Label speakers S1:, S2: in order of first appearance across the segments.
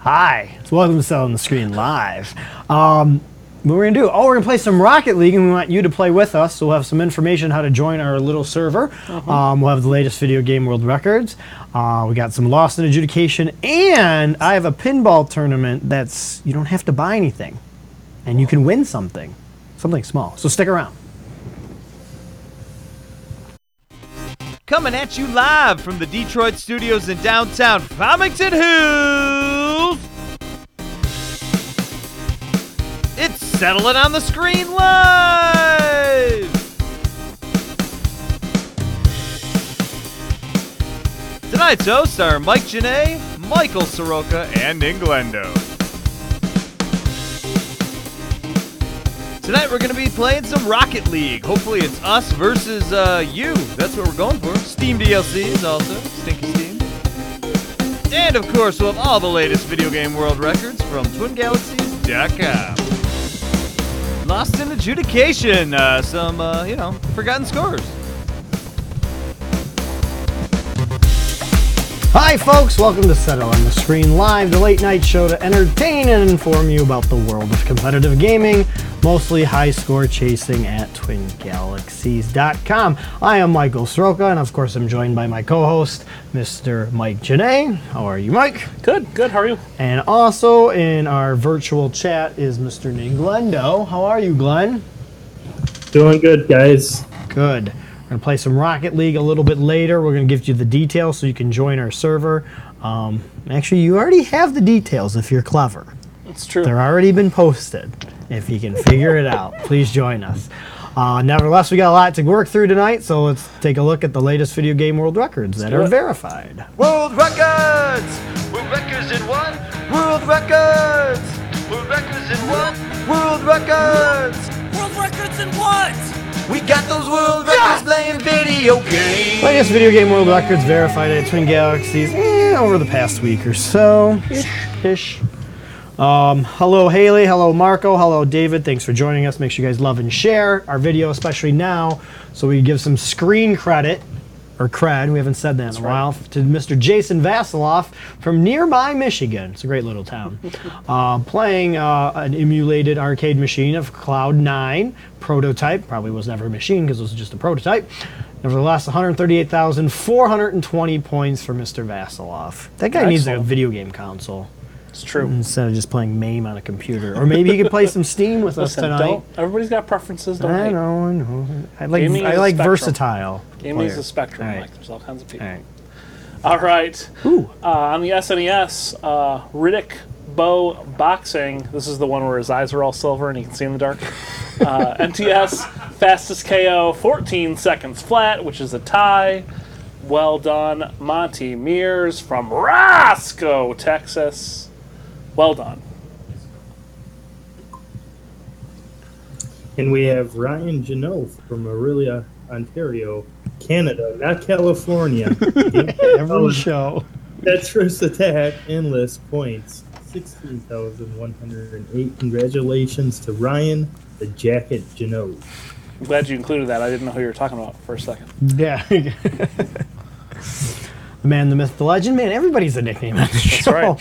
S1: Hi, it's welcome to Cell on the Screen Live. Um, what we're gonna do? Oh, we're gonna play some Rocket League, and we want you to play with us. So we'll have some information how to join our little server. Um, we'll have the latest video game world records. Uh, we got some Lost in Adjudication, and I have a pinball tournament that's you don't have to buy anything, and you can win something, something small. So stick around.
S2: Coming at you live from the Detroit studios in downtown Farmington Hills. It's Settle It on the Screen Live! Tonight's hosts are Mike Janae, Michael Soroka, and Inglendo. Tonight we're going to be playing some Rocket League. Hopefully it's us versus uh, you. That's what we're going for. Steam DLCs also. Stinky Steam. And of course we'll have all the latest video game world records from TwinGalaxies.com. Lost in adjudication. Uh, some, uh, you know, forgotten scores.
S1: Hi, folks. Welcome to Settle on the Screen Live, the late night show to entertain and inform you about the world of competitive gaming, mostly high score chasing at twingalaxies.com. I am Michael Sroka, and of course, I'm joined by my co host, Mr. Mike Janae. How are you, Mike?
S3: Good, good. How are you?
S1: And also in our virtual chat is Mr. Ninglendo. How are you, Glenn?
S3: Doing good, guys.
S1: Good. We're going to play some Rocket League a little bit later. We're going to give you the details so you can join our server. Um, actually, you already have the details if you're clever.
S3: It's true.
S1: They're already been posted. If you can figure it out, please join us. Uh, nevertheless, we got a lot to work through tonight, so let's take a look at the latest video game world records that
S3: do
S1: are
S3: it.
S1: verified.
S2: World records! World records in one. World records! World records in one. World records!
S4: World records in what?
S2: We got those world records playing video games.
S1: Latest video game world records verified at Twin Galaxies eh, over the past week or so. Ish. Ish. Um, hello, Haley. Hello, Marco. Hello, David. Thanks for joining us. Make sure you guys love and share our video, especially now, so we give some screen credit or cred. We haven't said that in a while to Mr. Jason Vasiloff from nearby Michigan. It's a great little town. uh, playing uh, an emulated arcade machine of Cloud Nine prototype. Probably was never a machine because it was just a prototype. Nevertheless, 138,420 points for Mr. Vasiloff. That guy needs a
S3: Excellent.
S1: video game console
S3: It's true.
S1: instead of just playing MAME on a computer. Or maybe he could play some Steam with us
S3: Listen,
S1: tonight.
S3: don't. Everybody's got preferences. Don't
S1: I
S3: hate.
S1: know, I know. I like,
S3: Gaming is
S1: I
S3: a
S1: like
S3: spectrum.
S1: versatile.
S3: Gaming is
S1: player.
S3: a spectrum.
S1: All right.
S3: Like there's all kinds of people.
S1: All right.
S3: All right.
S1: Ooh.
S3: Uh, on the SNES, uh, Riddick Bow Boxing. This is the one where his eyes are all silver and he can see in the dark. Uh, MTS fastest KO 14 seconds flat, which is a tie. Well done, Monty Mears from Roscoe, Texas. Well done.
S5: And we have Ryan Janot from Aurelia, Ontario, Canada, not California.
S1: Every show.
S5: Tetris Attack, endless points, 16,108. Congratulations to Ryan, the jacket Janot.
S3: I'm glad you included that. I didn't know who you were talking about for a second.
S1: Yeah. the man, the myth, the legend. Man, everybody's a nickname on the show.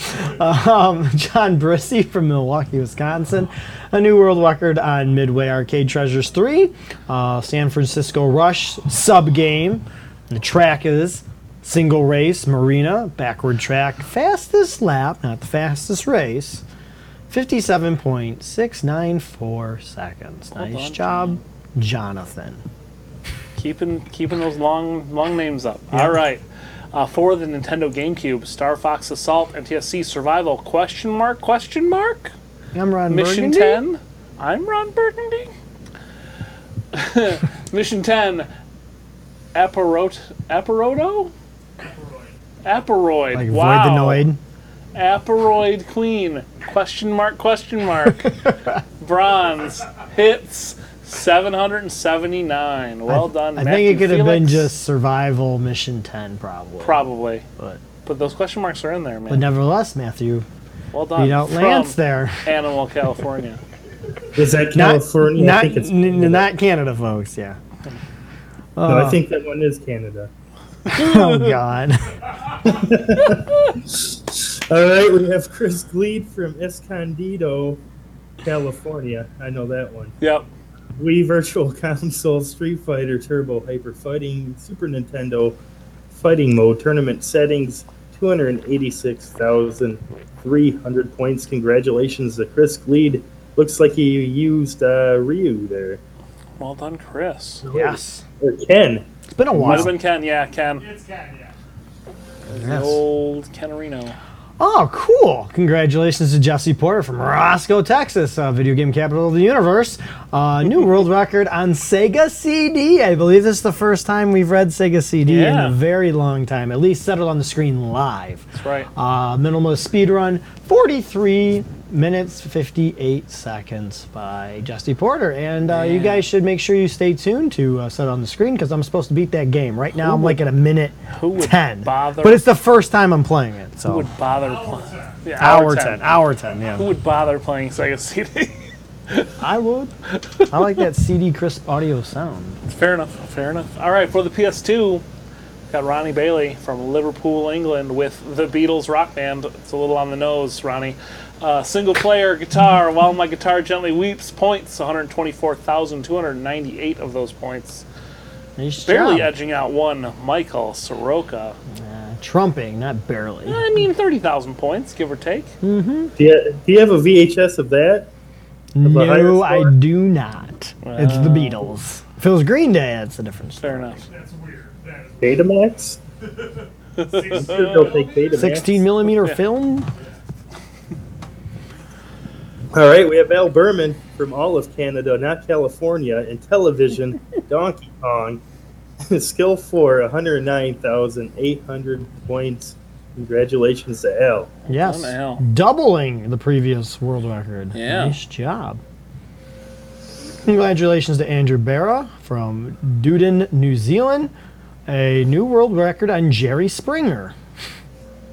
S1: um, John Brissy from Milwaukee, Wisconsin. A new world record on Midway Arcade Treasures 3. Uh, San Francisco Rush sub game. The track is single race, marina, backward track, fastest lap, not the fastest race. 57.694 seconds. Nice
S3: on,
S1: job, Jonathan.
S3: Keeping keeping those long long names up. All right. Uh, for the Nintendo GameCube, Star Fox Assault, NTSC Survival? Question mark? Question mark?
S1: I'm Ron
S3: Mission
S1: Burgundy.
S3: Ten. I'm Ron Burgundy. Mission Ten. Aparot Aparoto. Aparoid.
S1: Like
S3: wow.
S1: void the noid.
S3: Aperoid Queen. Question mark, question mark. Bronze hits 779. Well done.
S1: I think it
S3: Matthew
S1: could have been
S3: Felix.
S1: just survival mission ten, probably.
S3: Probably.
S1: But,
S3: But those question marks are in there,
S1: but
S3: man.
S1: nevertheless, Matthew
S3: well done.
S1: beat out
S3: From
S1: Lance there.
S3: Animal, California.
S5: Is that
S1: Not,
S5: California? I
S1: not,
S5: think it's
S1: n- uh.
S5: Canada.
S1: not Canada, folks. Yeah.
S5: no, I think that one is Canada.
S1: Oh God.
S5: All right, we have Chris Gleed from Escondido, California. I know that one.
S3: Yep.
S5: Wii Virtual Console, Street Fighter Turbo Hyper Fighting, Super Nintendo Fighting Mode Tournament settings, 286,300 points. Congratulations to Chris Gleed. Looks like he used uh, Ryu there.
S3: Well done, Chris.
S1: Yes.
S5: Or Ken.
S1: It's been a
S3: Might
S1: while.
S3: have been Ken. Yeah, Ken. The
S1: Yes.
S3: old Kenarino.
S1: Oh, cool. Congratulations to Jesse Porter from Roscoe, Texas, uh, video game capital of the universe. Uh, new world record on Sega CD. I believe this is the first time we've read Sega CD
S3: Yeah.
S1: in a very long time, at least settled on the screen live.
S3: That's right.
S1: Uh, minimalist speed run, 43 minutes 58 seconds by Justy Porter. And uh, you guys should make sure you stay tuned to uh, set on the screen because I'm supposed to beat that game. Right now I'm like at a minute
S3: who would
S1: 10.
S3: bother-
S1: But it's the first time I'm playing it. So
S3: Who would bother playing? Yeah,
S1: hour 10. Hour 10, yeah.
S3: Who would bother playing Sega CD?
S1: I would. I like that CD crisp audio sound.
S3: fair enough. Fair enough. All right, for the PS2, got Ronnie Bailey from Liverpool, England, with the Beatles rock band. It's a little on the nose, Ronnie. Uh, single player guitar. While my guitar gently weeps, points 124,298 of those points.
S1: Nice
S3: Barely
S1: job.
S3: edging out one, Michael Soroka.
S1: Uh, trumping, not barely.
S3: I mean, 30,000 points, give or take.
S5: Do you, do you have a VHS of that? the higher
S1: No,
S5: score?
S1: I do not. it's the Beatles. If it was Green Day, that's a different story.
S3: Fair enough.
S4: That's weird. That
S5: Betamax? I'm
S4: is
S5: sure they'll take Betamax.
S1: 16 millimeter film?
S5: All right, we have Al Berman from all of Canada, not California, in television, Donkey Kong, skill four, 109,800 points. Congratulations to Al.
S1: Yes.
S3: What the hell?
S1: Doubling the previous world record.
S3: Yeah.
S1: Nice job. Congratulations to Andrew Barra from Duden, New Zealand. A new world record on Jerry Springer.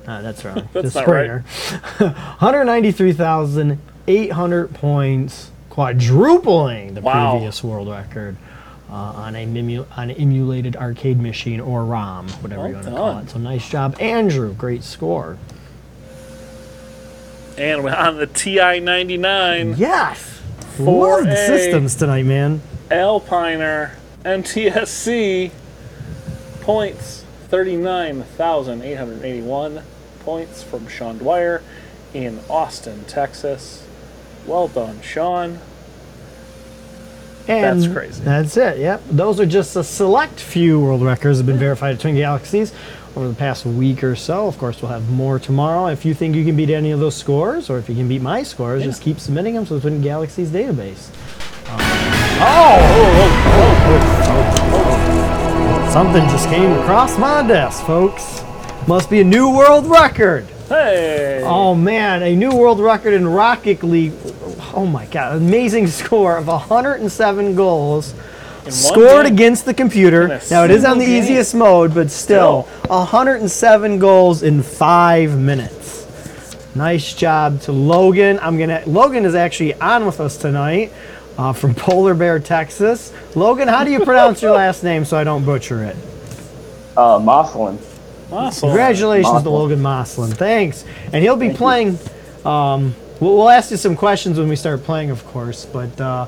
S1: Ah, that's wrong.
S3: That's
S1: The
S3: not
S1: Springer. 193,800 points, quadrupling the
S3: Wow.
S1: previous world record uh, on a mimu- on an emulated arcade machine or ROM, whatever
S3: Well
S1: you want to call
S3: done.
S1: it. So nice job, Andrew. Great score.
S3: And we're on the TI 99.
S1: Yes.
S3: Four
S1: Love the
S3: A.
S1: systems tonight, man.
S3: Alpiner NTSC points 39,881 points from Sean Dwyer in Austin, Texas. Well done, Sean.
S1: And
S3: That's crazy.
S1: That's it. Yep. Those are just a select few world records that have been verified at Twin Galaxies over the past week or so. Of course, we'll have more tomorrow. If you think you can beat any of those scores, or if you can beat my scores, just keep submitting them to the Twin Galaxies database. oh, Something just came across my desk, folks. Must be a new world record.
S3: Hey!
S1: Oh man, a new world record in Rocket League. Oh my god, amazing score of 107 goals
S3: In one
S1: scored
S3: game.
S1: against the computer.
S3: In a
S1: Now it is on the
S3: single game.
S1: easiest mode, but still, 107 goals in 5 minutes. Nice job to Logan. I'm going to Logan is actually on with us tonight. Uh, from Polar Bear, Texas. Logan, how do you pronounce your last name so I don't butcher it?
S6: Uh, Moslin.
S3: Awesome.
S1: Congratulations to
S6: Moslin.
S1: Logan Moslin. Thanks. And he'll be playing. Um, we'll, we'll ask you some questions when we start playing, of course. But uh,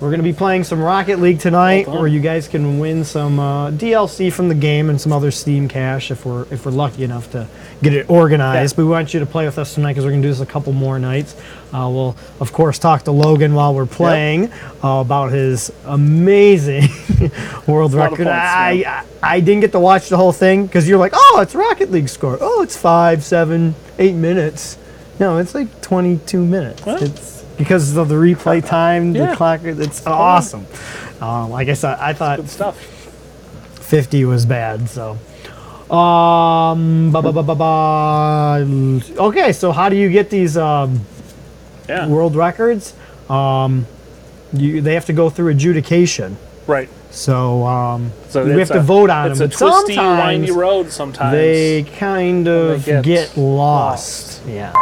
S1: we're going to be playing some Rocket League tonight,
S3: Well done.
S1: where you guys can win some uh, DLC from the game and some other Steam cash if we're if we're lucky enough to get it organized. But we want you to play with us tonight because we're going to do this a couple more nights. Uh, we'll of course talk to Logan while we're playing uh, about his amazing world
S3: lot of
S1: record.
S3: points,
S1: I,
S3: man.
S1: I, I didn't get to watch the whole thing because you're like, oh, it's Rocket League score. Oh, it's five, seven, eight minutes. No, it's like 22 minutes.
S3: What?
S1: It's because of the replay time,
S3: Yeah.
S1: the clock. It's awesome. Uh, like I said, I thought
S3: Good stuff.
S1: 50 was bad. So, um, ba ba ba ba ba. Okay, so how do you get these um,
S3: Yeah.
S1: world records? Um, you they have to go through adjudication.
S3: right.
S1: So, um,
S3: So
S1: we have
S3: it's
S1: to
S3: a-
S1: vote on
S3: It's
S1: them.
S3: a
S1: but
S3: twisty,
S1: sometimes
S3: windy road sometimes.
S1: they kind of
S3: get
S1: get, lost. Yeah.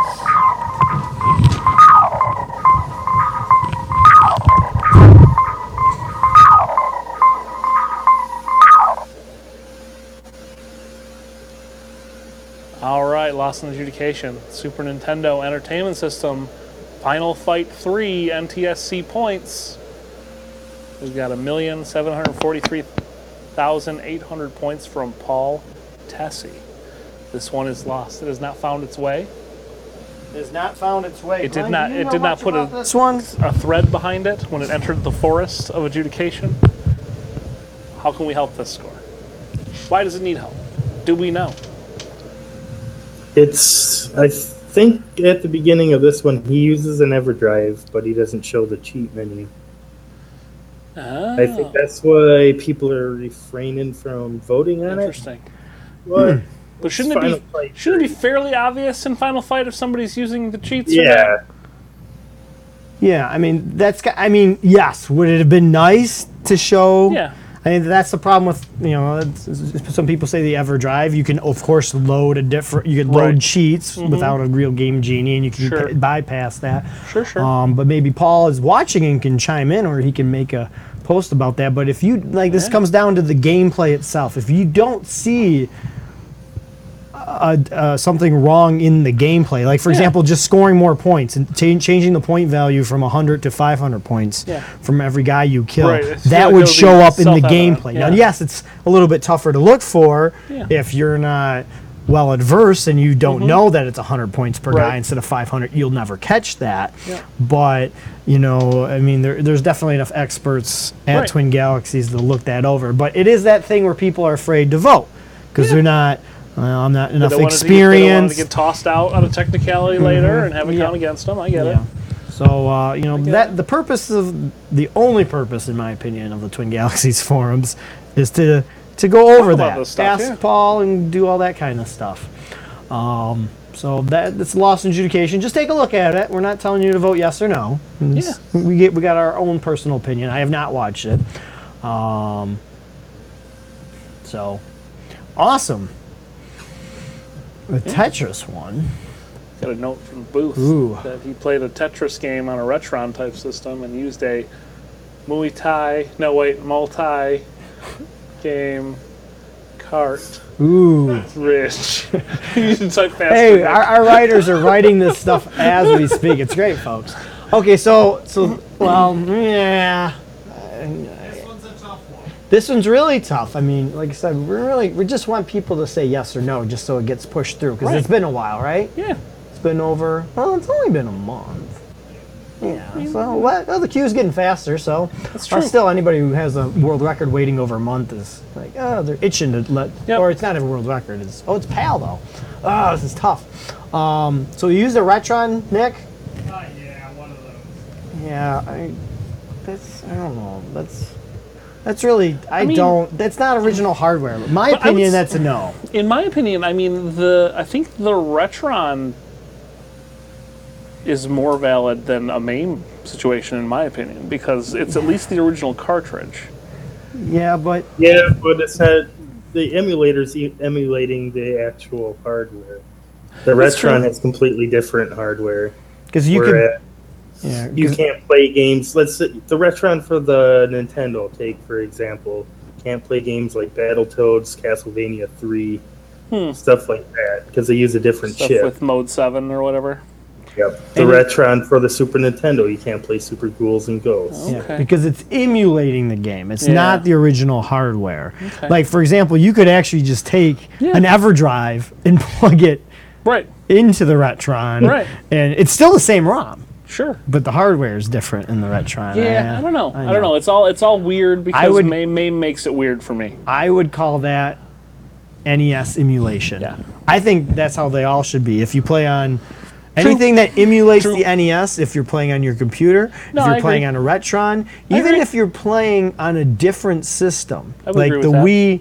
S3: All right, Lost in Adjudication, Super Nintendo Entertainment System, Final Fight 3 NTSC points. We've got a million seven hundred forty-three thousand eight hundred points from Paul Tessie. This one is lost. It has not found its way.
S1: has not found its way.
S3: It did Glenn, not- do you it know did not much put a- about
S1: This one.
S3: A thread behind it when it entered the forest of adjudication. How can we help this score? Why does it need help? Do we know?
S5: It's I think at the beginning of this one he uses an EverDrive, but he doesn't show the cheat menu. I
S3: Oh.
S5: think that's why people are refraining from voting on it.
S3: Ah, Interesting.
S5: But
S3: But shouldn't
S5: Final
S3: it be
S5: Fight
S3: shouldn't it be fairly obvious in Final Fight if somebody's using the cheats? or not?
S5: yeah,
S1: Yeah, I mean that's. got- I mean, yes. Would it have been nice to show?
S3: Yeah.
S1: I mean, that's the problem with you know. it's- it's- Some people say the EverDrive. You can of course load a different. You can load
S3: Right. Mm-hmm.
S1: cheats without a real game genie, and you can
S3: Sure.
S1: p- bypass that.
S3: Sure, sure.
S1: Um, but maybe Paul is watching and can chime in, or he can make a post about that. But if you like, this comes down to the gameplay itself. If you don't see a, uh, something wrong in the gameplay, like for
S3: Yeah.
S1: example, just scoring more points and cha- changing the point value from 100 to 500 points
S3: Yeah.
S1: from every guy you kill,
S3: Right, I
S1: that
S3: feel like
S1: would
S3: that would be
S1: show up in the
S3: self-evident,
S1: gameplay.
S3: yeah.
S1: Now, yes, it's a little bit tougher to look for
S3: Yeah. Mm-hmm.
S1: if you're not well adverse and you don't know that it's 100 points per guy
S3: Right.
S1: instead of 500 you'll never catch that
S3: Yeah.
S1: but you know i mean there, there's definitely enough experts at
S3: Right.
S1: twin galaxies to look that over but it is that thing where people are afraid to vote because they're not uh, i'm not
S3: They
S1: enough
S3: don't wanna see- they don't wanna
S1: experience
S3: get tossed out on a technicality
S5: Mm-hmm.
S3: later and have it
S1: Yeah.
S3: count against them. I get
S1: yeah.
S3: it.
S1: So uh, you know
S3: get
S1: that
S3: it.
S1: the purpose of the only purpose, in my opinion, of the Twin Galaxies forums is to to go over
S3: about
S1: that,
S3: this stuff,
S1: ask
S3: yeah.
S1: Paul, and do all that kind of stuff. Um, so that that's lost in adjudication. Just take a look at it. We're not telling you to vote yes or no. It's- we get we got our own personal opinion. I have not watched it. Um, so awesome. The Tetris one.
S3: Got a note from Booth
S1: Ooh.
S3: that he played a Tetris game on a Retron type system and used a Muay Thai, no wait, multi game cart.
S1: Ooh.
S3: Rich. you should type faster.
S1: hey,
S3: Nick.
S1: our, our writers are writing this stuff as we speak. It's great, folks. Okay, so so well, yeah. This one's really tough. I mean, like I said, we really we just want people to say yes or no, just so it gets pushed through. Because it's been a while, right?
S3: yeah.
S1: It's been over. Well, it's only been a month. Yeah. So what? Well, the queue's getting faster. So
S3: That's
S1: uh,
S3: true.
S1: still, anybody who has a world record waiting over a month is like, oh, they're itching to let.
S3: Yep.
S1: Or it's not a world record. It's oh, it's PAL though. Oh, this is tough. Um, so you used a Retron, Nick? Uh, yeah, one of those. Yeah, I. That's I don't know. That's. That's really I,
S3: mean-
S1: don't. That's not original hardware. In My
S3: But I would
S1: opinion,
S3: s-
S1: that's a no.
S3: In my opinion, I mean the I think the Retron is more valid than a MAME situation in my opinion because it's at least the original cartridge.
S1: Yeah, but
S5: yeah, but it's not the emulators e- emulating the actual hardware. The
S3: That's true.
S5: Retron has completely different hardware.
S1: because you
S5: whereas
S1: could. Yeah,
S5: you
S1: 'cause-
S5: can't play games. Let's say the Retron for the Nintendo, take for example, can't play games like Battletoads, Castlevania 3,
S3: Hmm.
S5: stuff like that, because they use a different
S3: Stuff
S5: chip.
S3: with Mode Seven or whatever.
S5: Yep. The
S1: And it-
S5: Retron for the Super Nintendo, you can't play Super Ghouls and Ghosts.
S1: Yeah,
S3: Okay.
S1: because it's emulating the game. It's
S3: Yeah.
S1: not the original hardware.
S3: Okay.
S1: Like for example, you could actually just take
S3: Yeah.
S1: an EverDrive and plug it
S3: Right.
S1: into the Retron,
S3: Right.
S1: and it's still the same ROM,
S3: Sure.
S1: but the hardware is different in the Retron.
S3: Yeah, I don't know. I,
S1: know.
S3: don't know. It's all it's all weird because
S1: would-
S3: MAME, MAME makes it weird for me.
S1: I would call that NES emulation.
S3: Yeah.
S1: I think that's how they all should be. If you play on anything that emulates
S3: True.
S1: the NES, if you're playing on your computer,
S3: No,
S1: if you're
S3: I
S1: playing
S3: agree.
S1: on a Retron,
S3: I
S1: even
S3: agree.
S1: if you're playing on a different system,
S3: I would
S1: like
S3: agree with
S1: the
S3: that.
S1: Wii.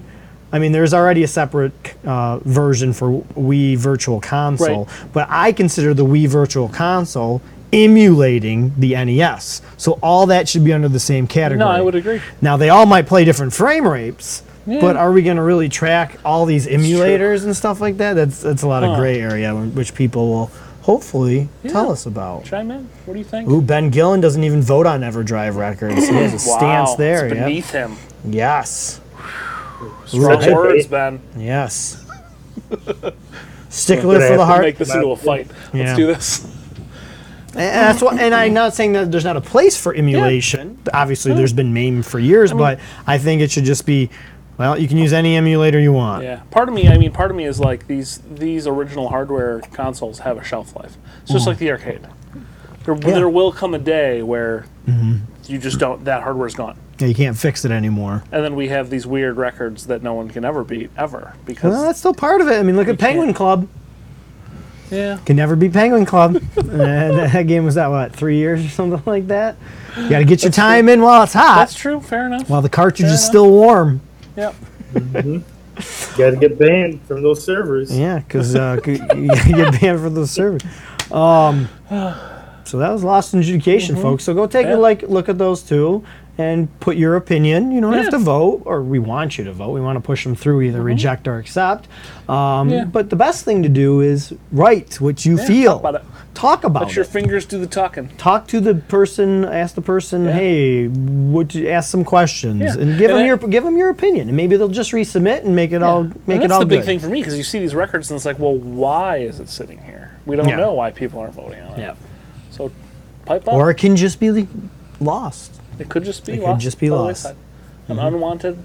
S1: I mean, there's already a separate uh, version for Wii Virtual Console, but I consider the Wii Virtual Console emulating the NES. So all that should be under the same category.
S3: No, I would agree.
S1: Now they all might play different frame rates, but
S3: Yeah.
S1: are we going to really track all these emulators and stuff like that? That's that's a lot
S3: Huh.
S1: of gray area, wh- which people will hopefully tell
S3: Yeah.
S1: us about.
S3: Chime in. What do you think?
S1: Ooh, Ben Gillen doesn't even vote on EverDrive records. He has a
S3: wow,
S1: stance there.
S3: It's
S1: yeah.
S3: beneath him.
S1: Yes.
S3: Strong
S5: Right.
S3: words, Ben.
S1: Yes. Stickler
S5: Yeah.
S1: for the heart.
S3: Make this into a fight.
S1: Yeah.
S3: Let's do this.
S1: And that's what, and I'm not saying that there's not a place for emulation. Obviously, there's been MAME for years, but I think it should just be, well, you can use any emulator you want.
S3: Yeah. Part of me, I mean, part of me is like these these original hardware consoles have a shelf life. It's
S1: Mm.
S3: just like the arcade. There, there will come a day where
S1: Mm-hmm.
S3: you just don't. That hardware's gone.
S1: Yeah, you can't fix it anymore.
S3: And then we have these weird records that no one can ever beat ever because
S1: Well, that's still part of it. I mean, look at Penguin Club.
S3: yeah,
S1: Can never be Penguin Club. Uh, that that game was that what three years or something like that. You got to get your time in while it's
S3: that's
S1: hot,
S3: true. Fair enough.
S1: while the cartridge is
S3: enough.
S1: still warm.
S3: yep.
S5: Got to get banned from those servers.
S1: Yeah, because uh, c- you get banned from the server. Um, so that was Lost in Adjudication, folks. So go take a
S3: Yeah.
S1: like, look at those two, and put your opinion. You don't have
S3: Yeah.
S1: to vote, or we want you to vote. We want to push them through, either reject or accept. Um,
S3: Yeah.
S1: But the best thing to do is write what you feel.
S3: talk about it.
S1: Talk about
S3: Let your
S1: it.
S3: fingers do the talking.
S1: Talk to the person. Ask the person,
S3: Yeah.
S1: hey, would you ask some questions
S3: Yeah.
S1: and give
S3: And
S1: them
S3: I-
S1: your give 'em your opinion, and maybe they'll just resubmit and make it all make
S3: and
S1: it
S3: that's
S1: all
S3: the big
S1: good.
S3: thing for me because you see these records and it's like, well, why is it sitting here? We don't
S1: Yeah.
S3: know why people aren't voting on it.
S1: Yeah.
S3: So, pipe up.
S1: Or it can just be lost.
S3: it could just be
S1: it could
S3: lost.
S1: just be
S3: by the
S1: lost. Mm-hmm.
S3: wayside. An unwanted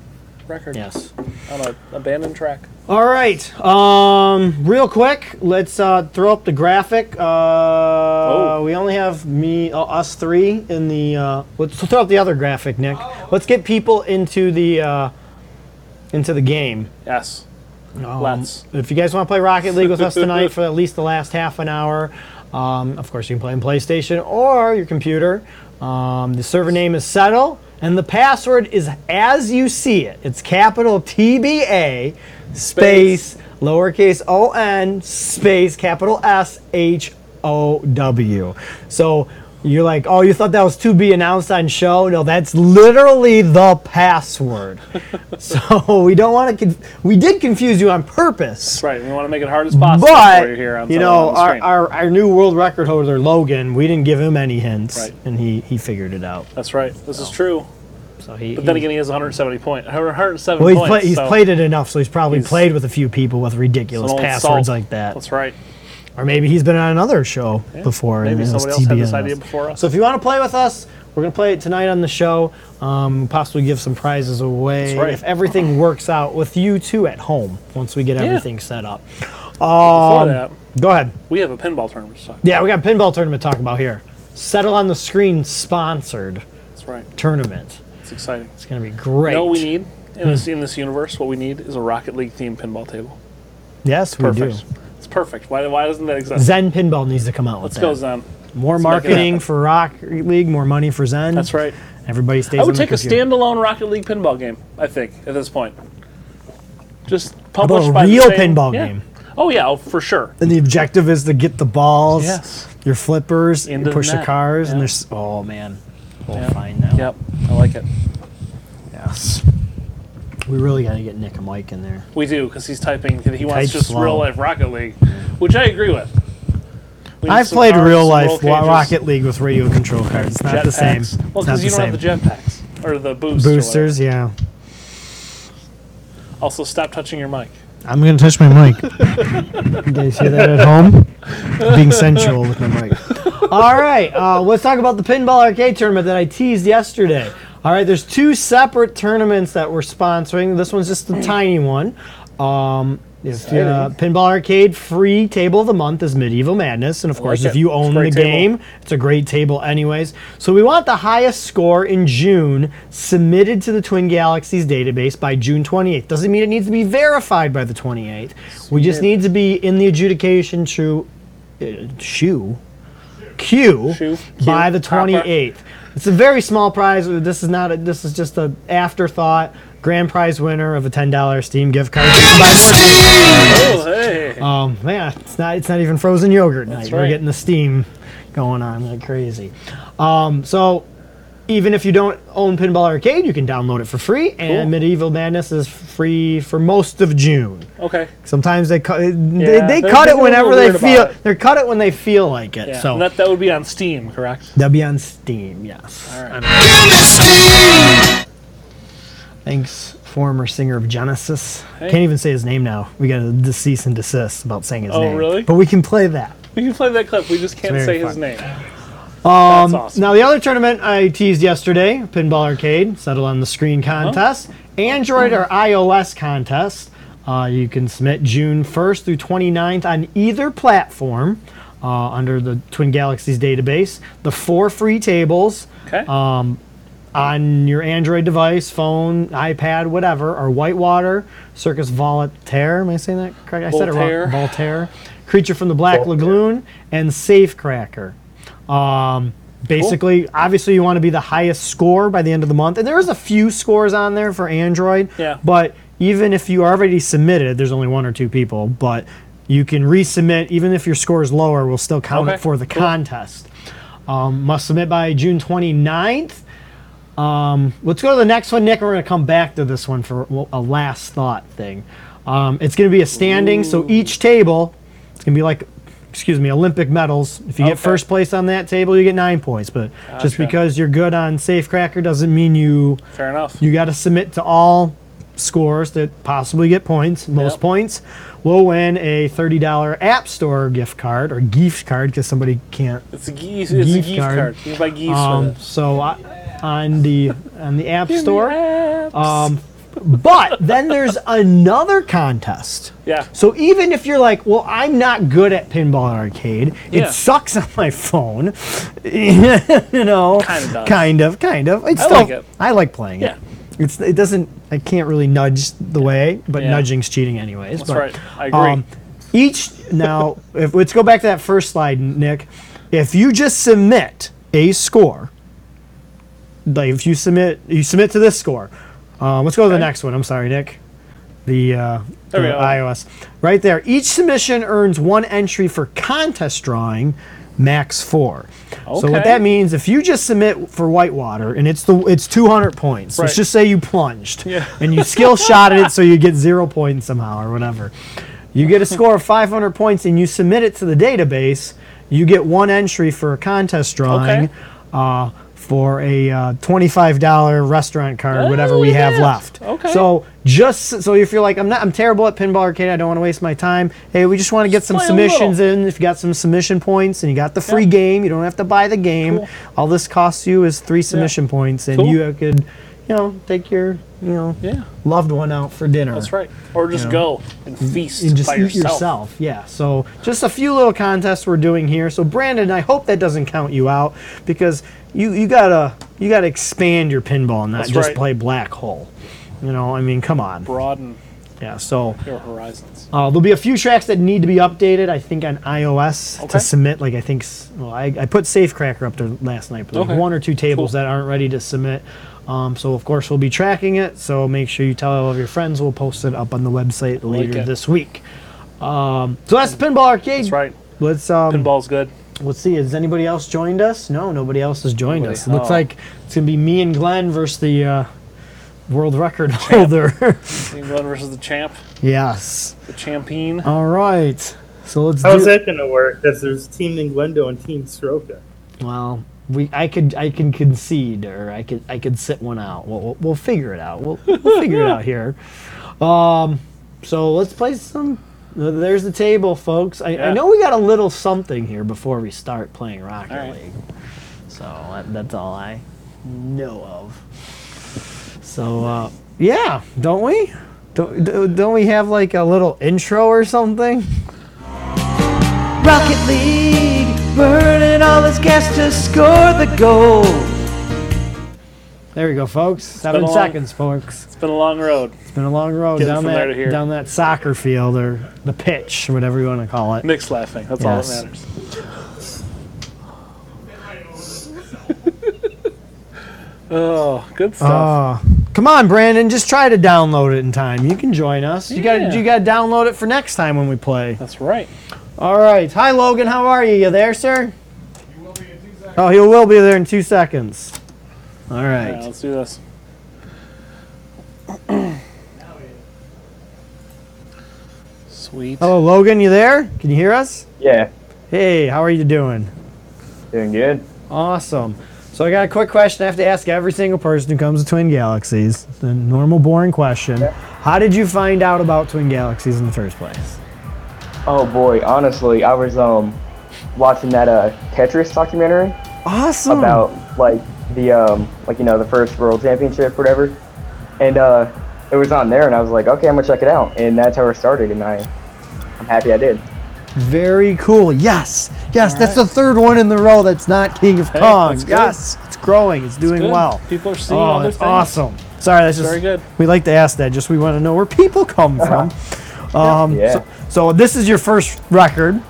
S3: record.
S1: Yes.
S3: On an abandoned track.
S1: All right. Um, real quick, let's uh, throw up the graphic. Uh,
S3: Oh.
S1: We only have me, uh, us three in the. Uh, let's throw up the other graphic, Nick.
S3: Oh.
S1: Let's get people into the uh, into the game.
S3: Yes.
S1: Um,
S3: Let's.
S1: If you guys want to play Rocket League with us tonight for at least the last half an hour, um, of course you can play on PlayStation or your computer. Um, the server name is Settle, and the password is as you see it. It's capital TBA space lowercase o n space capital S H O W. So you're like, oh, you thought that was to be announced on show? No, that's literally the password. so we don't want to. Conf- we did confuse you on purpose.
S3: Right. We want to make it hard as possible for you
S1: But
S3: here on
S1: you
S3: Sunday
S1: know
S3: on the
S1: our,
S3: screen.
S1: our, our new world record holder Logan, we didn't give him any hints,
S3: Right.
S1: and he, he figured it out.
S3: That's right. This is true.
S1: So he.
S3: But then
S1: he-
S3: again, he has 170 point, 107
S1: well, he's,
S3: points.
S1: play, he's
S3: so
S1: played it enough, so he's probably
S3: He's-
S1: played with a few people with
S3: it's an
S1: ridiculous
S3: old
S1: passwords
S3: salt.
S1: like that,
S3: That's right.
S1: or maybe he's been on another show before.
S3: Maybe
S1: and it was
S3: somebody else had this
S1: TBNS.
S3: idea before us.
S1: So if you want to play with us, we're gonna play it tonight on the show. Um, possibly give some prizes away
S3: That's right.
S1: if everything works out with you two at home once we get
S3: Yeah.
S1: everything set up.
S3: Before
S1: Um,
S3: that,
S1: Go ahead.
S3: we have a pinball tournament to talk about.
S1: Yeah, we got a pinball tournament to talk about here. Settle on the screen sponsored
S3: That's right.
S1: tournament.
S3: It's exciting.
S1: It's gonna be great.
S3: You know what we need in this in this universe? What we need is a Rocket League themed pinball table.
S1: Yes, we do.
S3: Perfect. It's perfect. Why, why doesn't that exist?
S1: Zen Pinball needs to come out
S3: Let's
S1: with
S3: go,
S1: that.
S3: Zen.
S1: More
S3: Let's make it
S1: marketing
S3: happen.
S1: for Rock League, more money for Zen.
S3: That's right.
S1: Everybody stays.
S3: I would
S1: on the
S3: take a
S1: computer.
S3: standalone Rocket League pinball game. I think at this point, just
S1: How about
S3: published by
S1: a
S3: the
S1: real
S3: same-
S1: pinball
S3: yeah.
S1: game.
S3: Oh yeah, oh, for sure.
S1: And the objective is to get the balls,
S3: Yes.
S1: your flippers, you
S3: Into the
S1: push the
S3: net.
S1: cars,
S3: Yeah.
S1: and there's oh man, we'll
S3: Yeah.
S1: find now.
S3: Yep, I like it.
S1: Yes, we really got to get Nick and Mike in there.
S3: We do because he's typing. He wants
S1: Type
S3: just
S1: slow.
S3: real life Rocket League, which I agree with. We need
S1: I've
S3: some
S1: played
S3: cars,
S1: real
S3: some
S1: life
S3: roll
S1: wa-
S3: cages,
S1: Rocket League with radio control cards. It's not
S3: jet
S1: the same.
S3: packs. Well,
S1: It's not
S3: because you
S1: the
S3: don't have the
S1: same.
S3: jetpacks or the boosts. or whatever.
S1: Boosters, yeah.
S3: Also, stop touching your mic.
S1: I'm gonna touch my mic. you guys hear that at home? Being sensual with my mic. All right, uh, let's talk about the pinball arcade tournament that I teased yesterday. All right, there's two separate tournaments that we're sponsoring. This one's just a tiny one. Um, if, uh, pinball arcade free table of the month is Medieval Madness, and of course,
S3: like
S1: if
S3: it.
S1: you
S3: It's a
S1: own the
S3: great table.
S1: game, it's a great table, anyways. So we want the highest score in June submitted to the Twin Galaxies database by June 28th. Doesn't mean it needs to be verified by the 28th. We just need to be in the adjudication shoe, uh, shoe, queue
S3: Shoe,
S1: by
S3: queue,
S1: the
S3: topper.
S1: 28th. It's a very small prize. This is not. A, this is just an afterthought. Grand prize winner of a ten dollars Steam gift card.
S3: Oh, hey.
S1: Um, yeah, it's not it's not even frozen yogurt night. We're
S3: right.
S1: getting the steam going on like crazy. Um, so even if you don't own Pinball Arcade, you can download it for free. And
S3: Cool.
S1: Medieval Madness is free for most of June.
S3: okay.
S1: Sometimes they cut
S3: Yeah,
S1: they, they
S3: they're-
S1: cut it
S3: they're a little
S1: whenever they
S3: weird about
S1: feel
S3: it.
S1: they cut it when they feel like it.
S3: Yeah.
S1: So
S3: and that, that would be on Steam, correct?
S1: that'll be on Steam. Yes.
S3: All right.
S1: Thanks former singer of Genesis.
S3: Hey.
S1: Can't even say his name now. We got a decease and desist about saying his
S3: Oh,
S1: name.
S3: really?
S1: But we can play that.
S3: We can play that clip. We just can't
S1: It's
S3: say
S1: very
S3: his
S1: fun.
S3: name.
S1: Um,
S3: That's awesome.
S1: Now, the other tournament I teased yesterday, Pinball Arcade, Settle on the Screen contest, Android or iOS contest. Uh, you can submit June 1st through 29th on either platform uh, under the Twin Galaxies database. The four free tables
S3: okay.
S1: uh, on your Android device, phone, iPad, whatever, are Whitewater, Circus Voltaire. Am I saying that correct? I said it
S3: Voltaire.
S1: wrong. Voltaire, Creature from the Black
S5: Voltaire.
S1: Lagoon, and Safecracker. Um, basically, obviously, you want to be the highest score by the end of the month, and there is a few scores on there for Android.
S3: Yeah.
S1: But even if you already submitted, there's only one or two people, but you can resubmit. Even if your score is lower, we'll still count
S3: Okay,
S1: it for the
S3: cool.
S1: contest. Um, must submit by June 29th. Let's go to the next one, Nick. We're going to come back to this one for a last thought thing. Um, it's going to be a standing, so each table, it's going to be like, excuse me, Olympic medals. If you
S3: Okay.
S1: get first place on that table, you get nine points. But just
S3: Gotcha.
S1: because you're good on Safecracker doesn't mean you
S3: Fair enough.
S1: you got to submit to all scores that possibly get points. Most
S3: Yep.
S1: points will win a thirty dollar App Store gift card or gift card because somebody can't
S3: it's a geese. It's a
S1: Geef
S3: geese
S1: card.
S3: card. You can buy geese
S1: um,
S3: for this.
S1: so I, on the on the App Store.
S3: Um,
S1: Um, but then there's another contest.
S3: yeah.
S1: So even if you're like, well, I'm not good at pinball arcade.
S3: Yeah.
S1: It sucks on my phone. you know,
S3: Kinda does.
S1: kind of, kind of. It's
S3: I
S1: still,
S3: like it.
S1: I like playing
S3: Yeah.
S1: it. It's it doesn't. I can't really nudge the way, but
S3: Yeah.
S1: nudging's cheating anyways.
S3: That's
S1: but, um,
S3: right. I agree.
S1: each now, if let's go back to that first slide, Nick. If you just submit a score, like if you submit, you submit to this score. Uh, let's go to the next one. I'm sorry, Nick. The, uh,
S3: There we
S1: the
S3: go.
S1: iOS right there. Each submission earns one entry for contest drawing, max four. So
S3: Okay.
S1: what that means, if you just submit for Whitewater and it's the it's 200 points.
S3: Right.
S1: Let's just say you plunged
S3: Yeah.
S1: and you skill shotted it, so you get zero points somehow or whatever. You get a score of 500 points and you submit it to the database. You get one entry for a contest drawing
S3: Okay.
S1: uh, for a uh, $25 restaurant card, whatever we
S3: Oh, look at
S1: have
S3: that.
S1: left.
S3: Okay.
S1: So just so if you're like, I'm not, I'm terrible at pinball arcade. I don't want to waste my time. Hey, we just want to get some
S3: play a little.
S1: submissions in. If you got some submission points and you got the free
S3: Yeah.
S1: game, you don't have to buy the game.
S3: Cool.
S1: All this costs you is three submission points, and
S3: Cool.
S1: you could, you know, take your, you know,
S3: Yeah.
S1: loved one out for dinner.
S3: That's right. Or just
S1: Yeah.
S3: go and feast
S1: And just
S3: by
S1: eat yourself. Yeah. So just a few little contests we're doing here. So Brandon, I hope that doesn't count you out because you, you gotta you gotta expand your pinball, not
S3: That's
S1: just
S3: right.
S1: play black hole. You know, I mean, come on.
S3: Broaden
S1: Yeah. So
S3: your horizons.
S1: uh, there'll be a few tracks that need to be updated. I think on iOS
S3: Okay.
S1: to submit. Like I think, s- well, I, I put Safecracker up there last night, but like
S3: Okay.
S1: one or two tables
S3: Cool.
S1: that aren't ready to submit. Um, so of course we'll be tracking it. So make sure you tell all of your friends. We'll post it up on the website later
S3: it.
S1: this week. Um, so that's pinball arcade.
S3: That's right.
S1: Let's um,
S3: Pinball's good.
S1: let's see. Has anybody else joined us? No, nobody else has joined
S3: Nobody.
S1: us. It looks
S3: Oh.
S1: like it's gonna be me and Glenn versus the uh, world record holder.
S3: England versus the champ.
S1: yes.
S3: The champion.
S1: All right. So let's. do
S5: How's that going to work? Because there's Team Ninglendo and Team Soroka.
S1: Well, we I could I can concede or I could I could sit one out. We'll we'll, we'll figure it out. We'll, we'll figure it out here. Um, so let's play some. uh, There's the table, folks. I,
S3: Yeah.
S1: I know we got a little something here before we start playing Rocket
S3: All right.
S1: League. So that, that's all I know of. So uh, yeah, don't we? Don't don't- don't we have like a little intro or something? Rocket League, burning all this gas to score the goal. There we go, folks. Seven
S3: been a long-
S1: seconds, folks.
S3: It's been a long road.
S1: It's been a long road
S3: Getting
S1: down
S3: from there to
S1: that
S3: here.
S1: down that soccer field or the pitch, or whatever you want to call it.
S3: Nick's laughing. That's all
S1: Yes.
S3: that matters. oh, good stuff.
S1: Oh, come on, Brandon. Just try to download it in time. You can join us. You got
S3: Yeah.
S1: to you got to download it for next time when we play.
S3: That's right.
S1: All right. Hi, Logan. How are you? You there, sir? Oh, he will be there in two seconds. All
S3: All
S1: right.
S3: right, let's do this. Sweet.
S1: Hello, Logan. You there? Can you hear us?
S6: Yeah,
S1: Hey, how are you doing?
S6: doing good.
S1: Awesome. So I got a quick question I have to ask every single person who comes to Twin Galaxies. The normal, boring question. How did you find out about Twin Galaxies in the first place?
S6: Oh boy, honestly, I was um watching that uh Tetris documentary
S1: Awesome.
S6: about like the um like you know the first world championship or whatever, and uh it was on there and I was like okay I'm gonna check it out and that's how it started and I I'm happy I did.
S1: Very cool. Yes. Yes, that's the third one in the row that's not King of Kong.
S3: that's good.
S1: Yes. It's growing. It's doing
S3: Good.
S1: well.
S3: People are seeing
S1: Oh,
S3: other
S1: that's
S3: things.
S1: awesome. Sorry, that's just
S3: Very good.
S1: We like to ask that. Just we want to know where people come from. Um,
S6: Yeah.
S1: so, so this is your first record.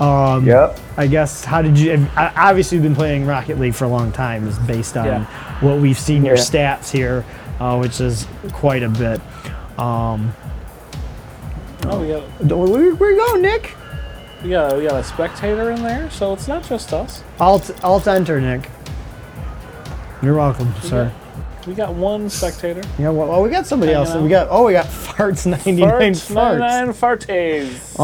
S1: Um,
S6: Yep.
S1: I guess how did you? I- Obviously, you've been playing Rocket League for a long time. Is based on
S3: Yeah.
S1: what we've seen your
S6: Yeah.
S1: stats here, uh, which is quite a bit. Um,
S3: Oh, we got,
S1: where, where you going, Nick?
S3: we, got, we got a spectator in there, so it's not just us.
S1: Alt Alt Enter, Nick. You're welcome, sir.
S3: We got one spectator.
S1: Yeah. Well, oh, we got somebody
S3: Hanging
S1: else.
S3: out.
S1: We got. Oh, we got farts ninety nine
S3: Farts,
S1: farts.
S3: 99 fartes.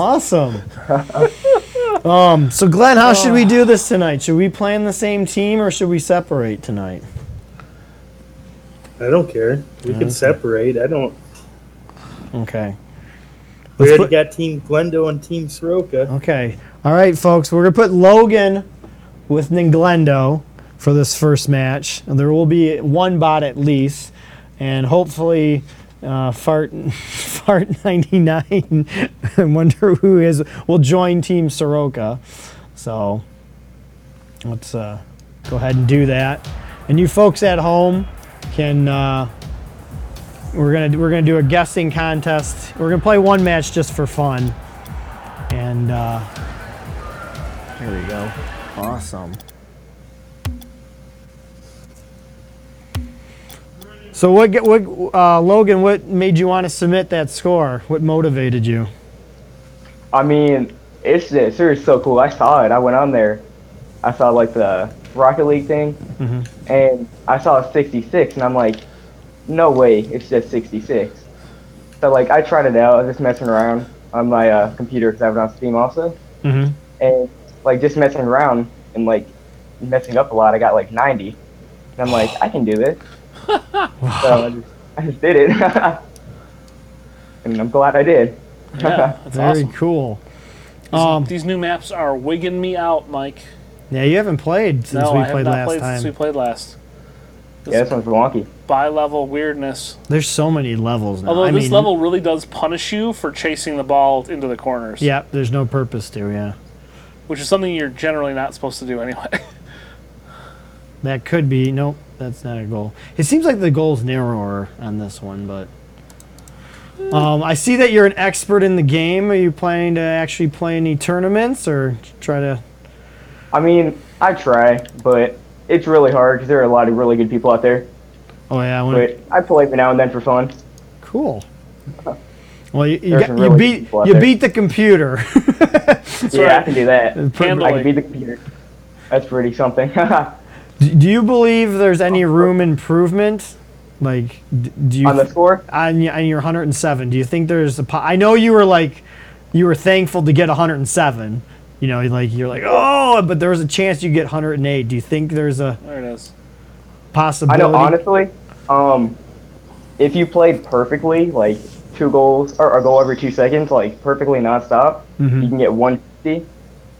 S1: Awesome. um, so Glenn, how should we do this tonight? Should we play in the same team or should we separate tonight?
S5: I don't care. We can separate. I don't.
S1: Okay.
S5: We
S1: Let's
S5: already
S1: put-
S5: got Team Glendo and Team Soroka.
S1: Okay. All right, folks. We're gonna put Logan with Ninglendo for this first match. And there will be one bot at least, and hopefully, uh, fart fart ninety nine. I wonder who is will join Team Soroka. So let's uh, go ahead and do that. And you folks at home can. Uh, we're gonna we're gonna do a guessing contest. We're gonna play one match just for fun. And uh, here we go. Awesome. So what? ge- What? Uh, Logan, what made you want to submit that score? What motivated you?
S6: I mean, it's just it was so cool. I saw it. I went on there. I saw like the Rocket League thing, and I saw 66, and I'm like, no way, it's just 66. So like, I tried it out. I was just messing around on my uh, computer because I have it on Steam also,
S3: Mm-hmm.
S1: Mhm.
S6: and like just messing around and like messing up a lot. I got like 90, and I'm like, I can do this. so I just, I just did it, and I'm glad I did.
S3: Yeah, that's
S1: Very
S3: awesome.
S1: cool. Um,
S3: These new maps are wigging me out, Mike.
S1: yeah, you haven't played since
S3: no,
S1: we
S3: I have
S1: played
S3: not
S1: last
S3: played
S1: time.
S3: since we played last.
S6: Yeah, this one's wonky.
S3: Bi-level weirdness.
S1: There's so many levels now.
S3: Although
S1: I
S3: this
S1: mean,
S3: level really does punish you for chasing the ball into the corners.
S1: Yeah, there's no purpose to. Yeah,
S3: Which is something you're generally not supposed to do anyway.
S1: that could be. Nope, that's not a goal. It seems like the goal's narrower on this one, but. Um, I see that you're an expert in the game. Are you planning to actually play any tournaments or try to
S6: I mean, I try, but it's really hard because there are a lot of really good people out
S3: Hmm.
S6: there.
S1: Oh yeah, I want
S6: But I play every now and then for fun.
S1: cool. Well, you, you,
S6: There's
S1: got,
S6: some
S1: you
S6: really good
S1: beat
S6: people out
S1: you
S6: there.
S1: beat the computer.
S6: yeah,
S3: right.
S6: I can do that. I
S3: Handling.
S6: can beat the computer. That's pretty something.
S1: do do you believe there's any room improvement? Like, d- do you
S6: On the score,
S1: on, y- on your 107? Do you think there's a? Po- I know you were like, you were thankful to get 107. You know, like you're like, oh, but there was a chance you get 108. Do you think there's a
S3: there it is.
S6: I
S1: possibility?
S6: know honestly, um, if you played perfectly, like two goals or a goal every two seconds, like perfectly nonstop,
S3: Mm-hmm.
S6: you can get 150.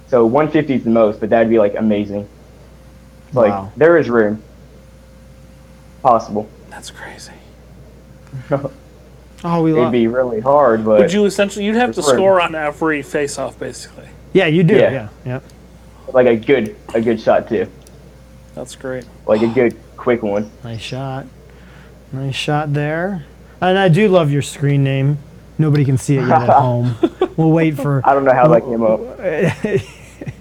S6: So 150 is the most, but that'd be like amazing. Like
S1: Wow.
S6: there is room. Possible.
S3: That's crazy.
S1: Oh, we
S6: It'd
S1: love.
S6: be really hard, but
S3: Would you essentially you'd have to
S6: That's right.
S3: score on every face-off basically.
S1: Yeah, you do.
S6: Yeah.
S1: Yeah, yeah.
S6: like a good a good shot too.
S3: That's great.
S6: Like a good quick one.
S1: Nice shot. Nice shot there. And I do love your screen name. Nobody can see it yet at home. We'll wait for.
S6: I don't know how that came up.
S3: It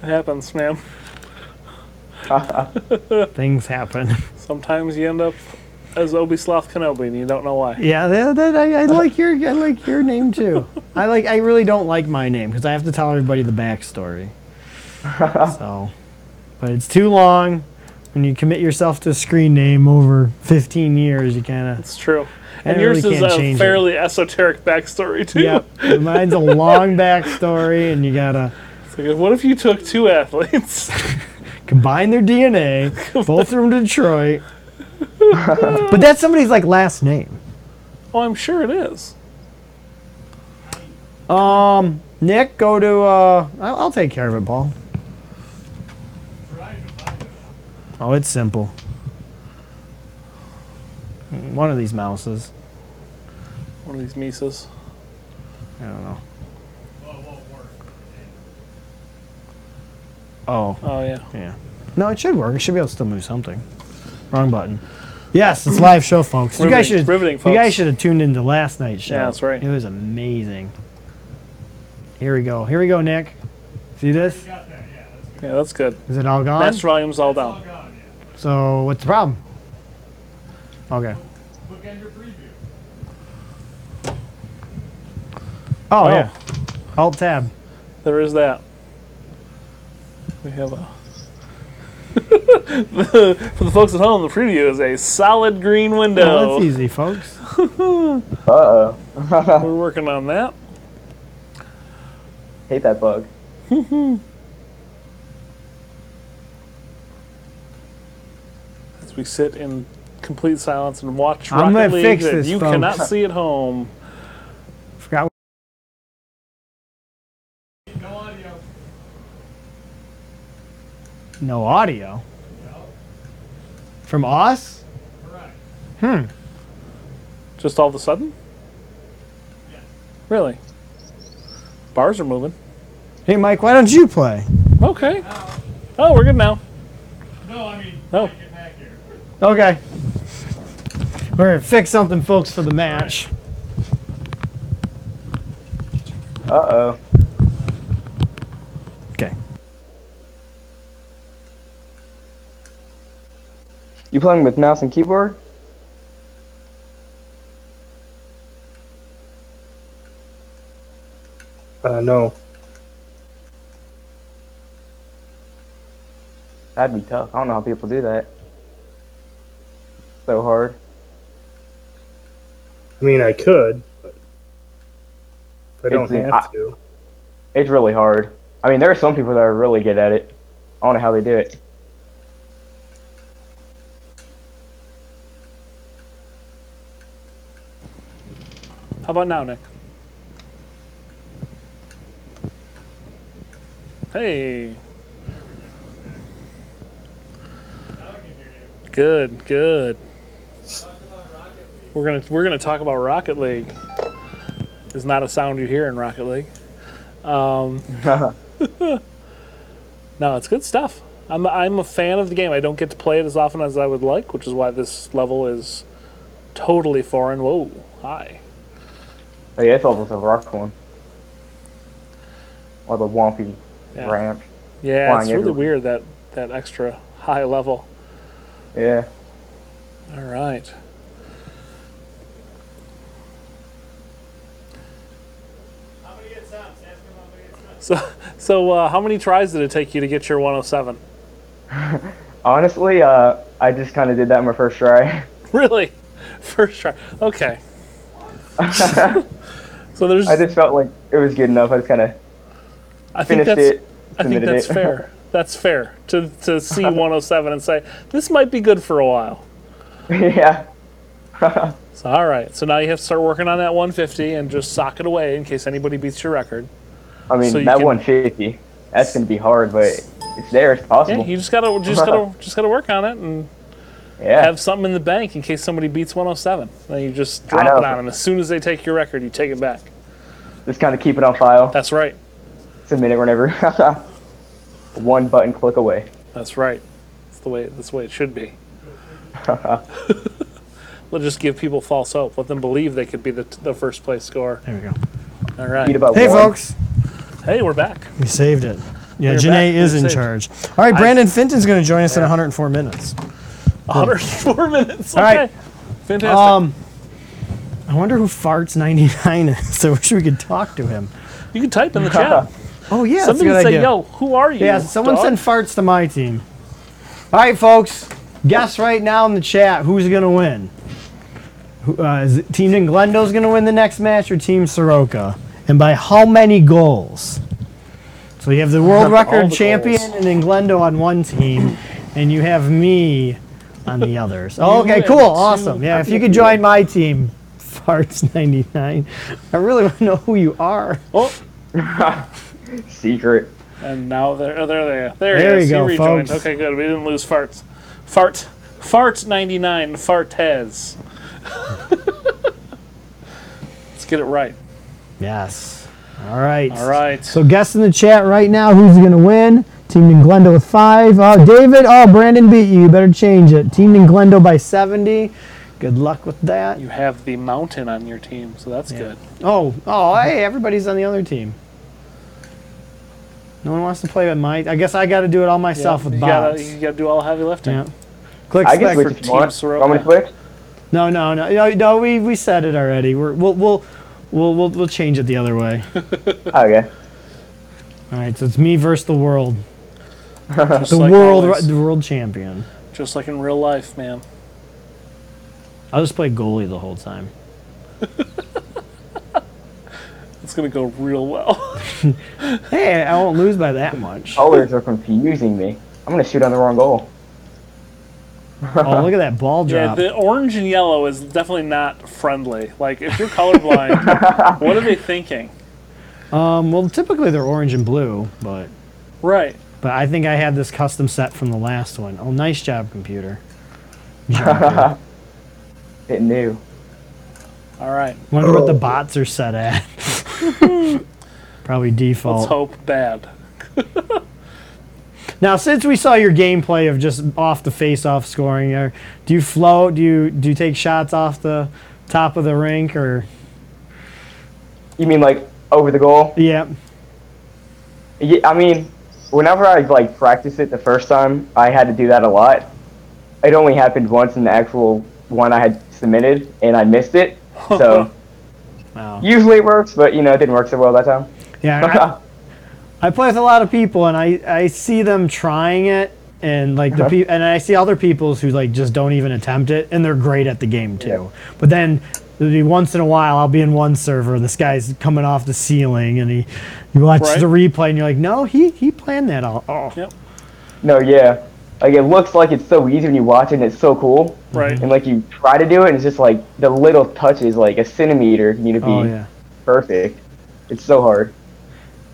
S3: happens, man.
S1: Things happen.
S3: Sometimes you end up as Obi Sloth Kenobi and you don't know why.
S1: Yeah, that, that, I, I like your I like your name too. I like I really don't like my name because I have to tell everybody the backstory. So, but it's too long. When you commit yourself to a screen name over 15 years, you kind of
S3: It's true. And
S1: I
S3: yours
S1: really
S3: is
S1: can't
S3: a
S1: change it.
S3: fairly esoteric backstory too.
S1: yep. Mine's a long backstory, and you gotta
S3: It's like, what if you took two athletes?
S1: combine their DNA, both from Detroit. but that's somebody's like last name.
S3: Oh, I'm sure it is.
S1: Um, Nick, go to. Uh, I'll, I'll take care of it, Paul. Oh, it's simple. One of these mouses.
S3: One of these Mises.
S1: I don't know. Oh,
S3: Oh yeah.
S1: yeah. No, it should work. It should be able to still move something. Wrong button. Yes, it's live show, folks. You guys
S3: Riveting-
S1: should.
S3: riveting,
S1: You guys
S3: folks.
S1: should have tuned into last night's show.
S3: Yeah, that's right.
S1: It was amazing. Here we go. Here we go, Nick. See this?
S3: Yeah, that's good.
S1: Is it all gone?
S3: Master volume's all down.
S1: So what's the problem? Okay. Oh,
S3: Oh.
S1: yeah. Alt tab.
S3: There is that. We have a. For the folks at home, the preview is a solid green
S1: Oh,
S3: window.
S1: that's easy, folks.
S6: Uh oh.
S3: We're working on that.
S6: Hate that bug.
S3: As we sit in complete silence and watch
S1: I'm
S3: Rocket
S1: gonna
S3: League
S1: fix
S3: that
S1: this,
S3: you
S1: folks.
S3: cannot see at home.
S1: Forgot. No audio. From us?
S3: Just all of a sudden? Really? Bars are moving.
S1: Hey, Mike, why don't you play?
S3: Okay. Oh, we're good now.
S4: No, I mean,
S3: Oh.
S4: get back here.
S1: Okay. We're gonna fix something, folks, for the match.
S6: Uh oh.
S1: Okay.
S6: You playing with mouse and keyboard?
S5: Uh, no.
S6: That'd be tough. I don't know how people do that. So hard.
S5: I mean, I could, but I don't
S6: It's-
S5: have
S6: I-
S5: to.
S6: It's really hard. I mean, there are some people that are really good at it. I don't know how they do it.
S3: How about now, Nick? Hey. Good, good. We're gonna we're gonna talk about Rocket League. Is not a sound you hear in Rocket League. Um, no, it's good stuff. I'm I'm a fan of the game. I don't get to play it as often as I would like, which is why this level is totally foreign. Whoa, hi.
S6: Oh, yeah, it's almost a rock one. Or the wonky
S3: Yeah.
S6: ramp.
S3: Yeah,
S6: flying
S3: it's really
S6: everywhere.
S3: weird that that extra high level.
S6: Yeah.
S3: All right.
S4: How many hits ups? Ask him how many hits ups.
S3: So so uh, how many tries did it take you to get your 107?
S6: Honestly, uh, I just kind of did that in my first try.
S3: Really? First try. Okay. so there's
S6: I just felt like it was good enough. I just kind of
S3: I think
S6: finished
S3: that's
S6: it.
S3: I think
S6: submitted
S3: that's
S6: it.
S3: fair. That's fair to to see 107 and say this might be good for a while.
S6: yeah.
S3: So all right. So now you have to start working on that 150 and just sock it away in case anybody beats your record.
S6: I mean,
S3: So you
S6: that
S3: can-
S6: 150, that's going to be hard, but it's there. It's
S3: Yeah,
S6: possible.
S3: you just gotta just gotta just gotta work on it and
S6: Yeah.
S3: have something in the bank in case somebody beats 107. Then you just drop
S6: know.
S3: it on them. As soon as they take your record, you take it back.
S6: Just kind of keep it on file.
S3: That's right.
S6: Submit it whenever. One button click away.
S3: That's right. That's the way. That's the way it should be. Let's just give people false hope. Let them believe they could be the, the first place score.
S1: There we go.
S3: All
S6: Beat
S3: right.
S6: about
S1: Hey,
S6: one.
S1: folks.
S3: Hey, we're back.
S1: We saved it. Yeah,
S3: We're
S1: Janae
S3: back.
S1: is
S3: We
S1: in
S3: saved it.
S1: charge. All right, Brandon Fenton's going to join us in 104 minutes.
S3: 104 minutes. Okay.
S1: All right.
S3: Fantastic.
S1: Um, I wonder who farts 99 is. I wish we could talk to him.
S3: you can type in the chat.
S1: Oh yeah, that's a
S3: Somebody
S1: good
S3: said,
S1: idea.
S3: "Yo, who are you?"
S1: yeah, someone
S3: dog?"
S1: send farts to my team. All right, folks, guess right now in the chat who's going to win. Who, uh, is it Team Glendo's going to win the next match or Team Soroka, and by how many goals? So you have the world
S5: All
S1: record
S5: the
S1: champion and then Glendo on one team, and you have me on the others. Oh, okay,
S3: and
S1: cool,
S3: two
S1: awesome. Yeah, if you could join my team, Farts99. I really want to know who you are.
S3: Oh,
S6: Secret.
S3: and now there, oh, there they are. There,
S1: There
S3: he is.
S1: you go,
S3: he rejoined.
S1: folks.
S3: Okay, good. We didn't lose farts. Fart. Fart 99 Fartez. Let's get it right.
S1: Yes. All right.
S3: All right.
S1: So guess in the chat right now who's going to win. Team Glendo with five. Oh, David. Oh, Brandon beat you. You better change it. Team Glendo by 70. Good luck with that.
S3: you have the mountain on your team, so that's good.
S1: Oh, oh, hey, everybody's on the other team. No one wants to play with my. I guess I got to do it all myself
S3: you
S1: with
S3: gotta,
S1: bots.
S3: you gotta do all the heavy lifting.
S1: yeah. Click
S6: I can
S1: spec.
S6: switch
S1: For,
S6: if you want.
S3: Team Soroka.
S6: Want me to switch?
S1: no, no, no, no, no. We we said it already. We're, we'll we'll we'll we'll we'll change it the other way.
S6: Oh, yeah.
S1: All right, so it's me versus the world,
S3: Just
S1: the
S3: like
S1: world,
S3: always.
S1: the world champion.
S3: just like in real life, man.
S1: I'll just play goalie the whole time.
S3: It's gonna go real well.
S1: Hey, I won't lose by that much. Oh,
S6: Colors are confusing me. I'm gonna shoot on the wrong goal.
S1: Oh, look at that ball
S3: yeah,
S1: drop.
S3: the orange and yellow is definitely not friendly. Like if you're colorblind, what are they thinking?
S1: um, well, typically they're orange and blue, but
S3: Right.
S1: But I think I had this custom set from the last one. Oh, nice job, computer. Job.
S6: It knew.
S3: All right.
S1: Wonder what the bots are set at. Probably
S3: Let's
S1: default.
S3: hope bad.
S1: Now, since we saw your gameplay of just off the face-off scoring, uh, do you float? Do you do you take shots off the top of the rink or?
S6: You mean like over the goal?
S1: Yeah.
S6: Yeah, I mean, whenever I like practiced it the first time, I had to do that a lot. It only happened once in the actual one I had submitted, and I missed it. So
S1: Wow.
S6: usually it works, but you know it didn't work so well that time.
S1: Yeah. I- I play with a lot of people, and I, I see them trying it, and like the
S6: Uh-huh.
S1: pe- and I see other people's who like just don't even attempt it, and they're great at the game too. But then there'll be once in a while, I'll be in one server, and this guy's coming off the ceiling, and he you watch
S3: Right.
S1: the replay, and you're like, no, he he planned that all. Oh,
S3: Yep.
S6: no, yeah, like it looks like it's so easy when you watch it, and it's so cool.
S3: Right.
S1: mm-hmm.
S6: And like you try to do it, and it's just like the little touches, like a centimeter, need to be
S1: oh yeah.
S6: perfect. It's so hard.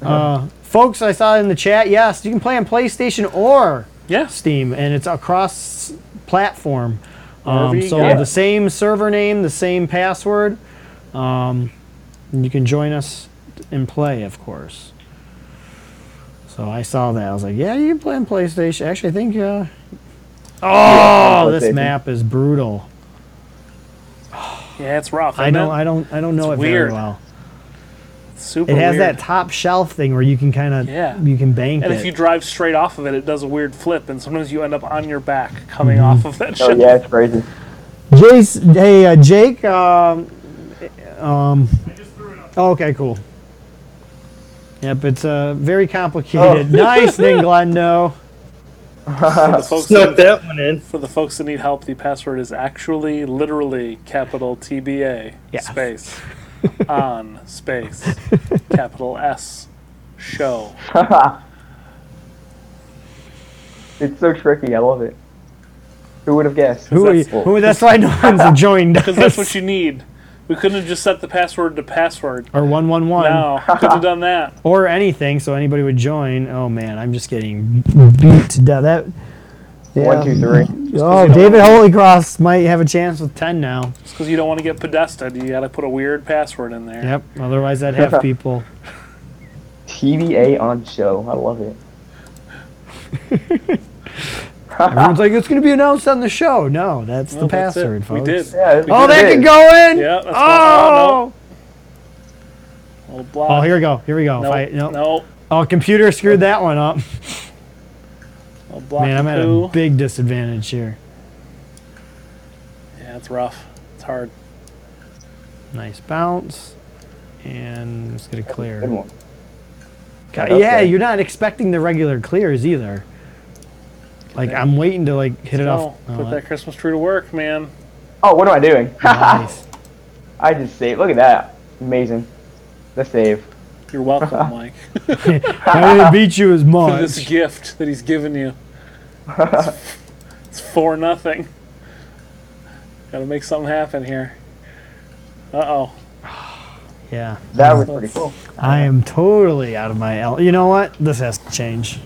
S1: Uh, folks, I saw in the chat. Yes, you can play on PlayStation or
S3: Yeah.
S1: Steam, and it's across platform.
S3: Wherever
S1: Um,
S3: you
S1: so
S3: go.
S1: the same server name, the same password. Um, and you can join us and play, of course. So I saw that. I was like, yeah, you can play on PlayStation. Actually, I think. Uh, oh, this
S6: PlayStation.
S1: map is brutal.
S3: Yeah, it's rough.
S1: I
S3: isn't
S1: know.
S3: it?
S1: I don't. I don't know
S3: It's
S1: it
S3: weird.
S1: very well.
S3: It's super.
S1: It has
S3: weird.
S1: that top shelf thing where you can kind of.
S3: Yeah.
S1: You can bank
S3: And
S1: it.
S3: if you drive straight off of it, it does a weird flip, and sometimes you end up on your back coming
S1: Mm-hmm.
S3: off of that
S6: Oh
S3: shit.
S6: yeah, it's crazy.
S1: Jace, hey uh, Jake. Um, um,
S4: I just threw it up.
S1: oh, okay, cool. Yep, it's uh, very complicated.
S3: Oh.
S1: Nice, Ninglendo.
S3: For, the folks
S5: Snuck
S3: that,
S5: that one in.
S3: for the folks that need help, the password is actually literally capital TBA
S1: Yeah.
S3: space on space capital S show.
S6: It's so tricky. I love it. Who would have guessed?
S1: Who are you?
S3: that's
S6: cool.
S1: Who? That's why no one's joined.
S3: Because that's what you need. We couldn't have just set the password to password.
S1: Or one one one.
S3: No, couldn't have done that.
S1: Or anything, so anybody would join. Oh man, I'm just getting beat to death. That. Yeah.
S6: One, two, three.
S1: Oh, David Holy Cross might have a chance with ten now.
S3: It's because you don't want to get podested. You got to put a weird password in there.
S1: Yep. Otherwise, I'd have people.
S6: TBA on show. I love it.
S1: Everyone's like, it's going to be announced on the show. No, that's
S3: Well,
S1: the
S3: that's it.
S1: password,
S3: We
S1: folks.
S3: did.
S6: Yeah.
S1: Oh, that
S6: there
S1: can go in.
S3: Yeah, that's going-
S1: oh.
S3: oh, Little block.
S1: Oh, here we go. Here we go. If
S3: Nope,
S1: I- no.
S3: nope.
S1: Oh, computer screwed that one up.
S3: Little block
S1: Man, I'm at a
S3: poo.
S1: big disadvantage here.
S3: Yeah, it's rough. It's hard.
S1: Nice bounce. And it's going to
S6: Good
S1: clear.
S6: one.
S1: God,
S6: Okay.
S1: yeah, you're not expecting the regular clears either. Like,
S3: there.
S1: I'm waiting to, like, hit it
S3: No,
S1: off.
S3: put
S1: Oh,
S3: that Christmas tree to work, man.
S6: Oh, what am I doing?
S1: nice.
S6: I just saved. Look at that. Amazing. The save.
S3: You're welcome, Mike,
S1: I didn't beat you as
S3: for this
S1: much.
S3: gift that he's given you. It's for nothing. Gotta make something happen here. Uh oh.
S1: Yeah.
S6: That was pretty cool.
S1: I am totally out of my el You know what? This has to change.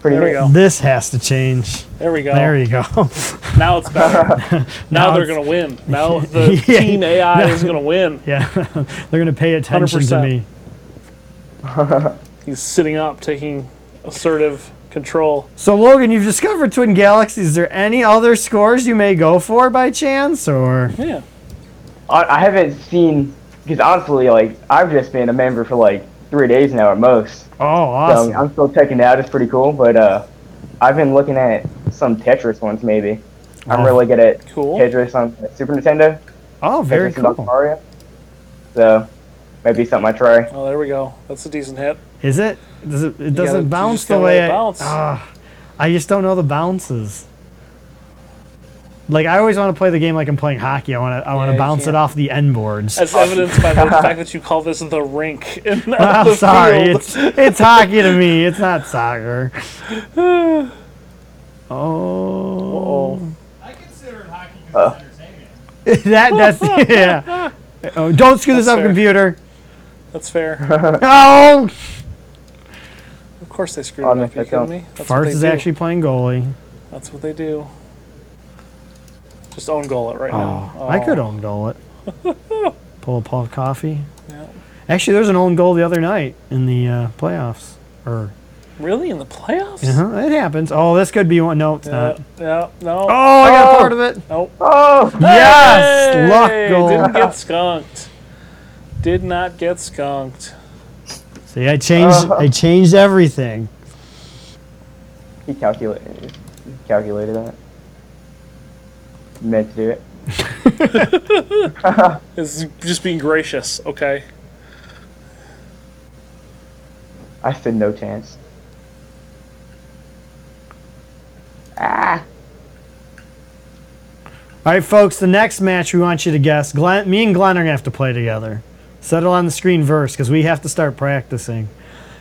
S6: Pretty
S3: There we
S6: neat.
S3: go.
S1: This has to change.
S3: There we go.
S1: There you go.
S3: Now it's better. now,
S1: Now
S3: they're
S1: it's-
S3: gonna win. Now the
S1: Yeah.
S3: team AI is gonna win.
S1: yeah. They're going to pay attention to
S3: 100%.
S1: me.
S3: He's sitting up, taking assertive control.
S1: So, Logan, you've discovered Twin Galaxies. Is there any other scores you may go for by chance? Or.
S3: Yeah.
S6: I, I haven't seen because honestly, like I've just been a member for like three days now at most.
S1: Oh,
S6: So
S1: awesome.
S6: I'm still checking it out. It's pretty cool, but uh, I've been looking at some Tetris ones maybe. I'm
S1: Oh.
S6: really good at
S3: Cool.
S6: Tetris on Super Nintendo.
S1: Oh, very
S6: Tetris and Dr.
S1: cool.
S6: Mario. So maybe something I try.
S3: Oh, there we go. That's a decent hit.
S1: Is it? Does it, it
S3: gotta-
S1: doesn't
S3: you
S1: bounce
S3: just
S1: the
S3: gotta
S1: way
S3: let it
S1: I.
S3: bounce.
S1: Ah, I just don't know the bounces. Like I always want to play the game like I'm playing hockey. I want to. I want to
S3: Yeah, you
S1: bounce it
S3: can't.
S1: off the end boards.
S3: As evidenced by the fact that you call this the rink. And not
S1: I'm
S3: the
S1: sorry.
S3: field.
S1: It's it's hockey to me. It's not soccer. Oh,
S4: I considered hockey because
S3: Uh.
S4: it's entertainment.
S1: that that's yeah. Oh, don't screw this
S3: That's
S1: up,
S3: fair.
S1: computer.
S3: That's fair.
S1: Oh,
S3: Of course they screwed
S6: Oh,
S3: it
S6: no,
S3: up. You
S6: that's
S3: kidding
S6: all.
S3: me? That's what
S1: Farts
S3: they
S1: is
S3: do.
S1: actually playing goalie.
S3: That's what they do. Just own goal it right
S1: Oh,
S3: now.
S1: I could own goal it. Pull a Paul Coffee.
S3: Yeah.
S1: Actually, there's an own goal the other night in the uh, playoffs. Or
S3: Oh, Really? In the playoffs?
S1: uh it happens. Oh, this could be one. No, it's
S3: Yeah,
S1: not.
S3: yeah, no.
S1: Oh, I got a
S6: Oh.
S1: part of it.
S3: Nope.
S6: Oh,
S1: Yes,
S3: Hey!
S1: luck goal.
S3: Didn't get skunked. Did not get skunked.
S1: See, I changed. I changed everything.
S6: he calculated. He calculated that. Meant to do it.
S3: It's just being gracious, okay?
S6: I stood no chance.
S1: All right, folks. The next match we want you to guess. Glenn, me and Glenn are gonna have to play together. Settle on the screen verse because we have to start practicing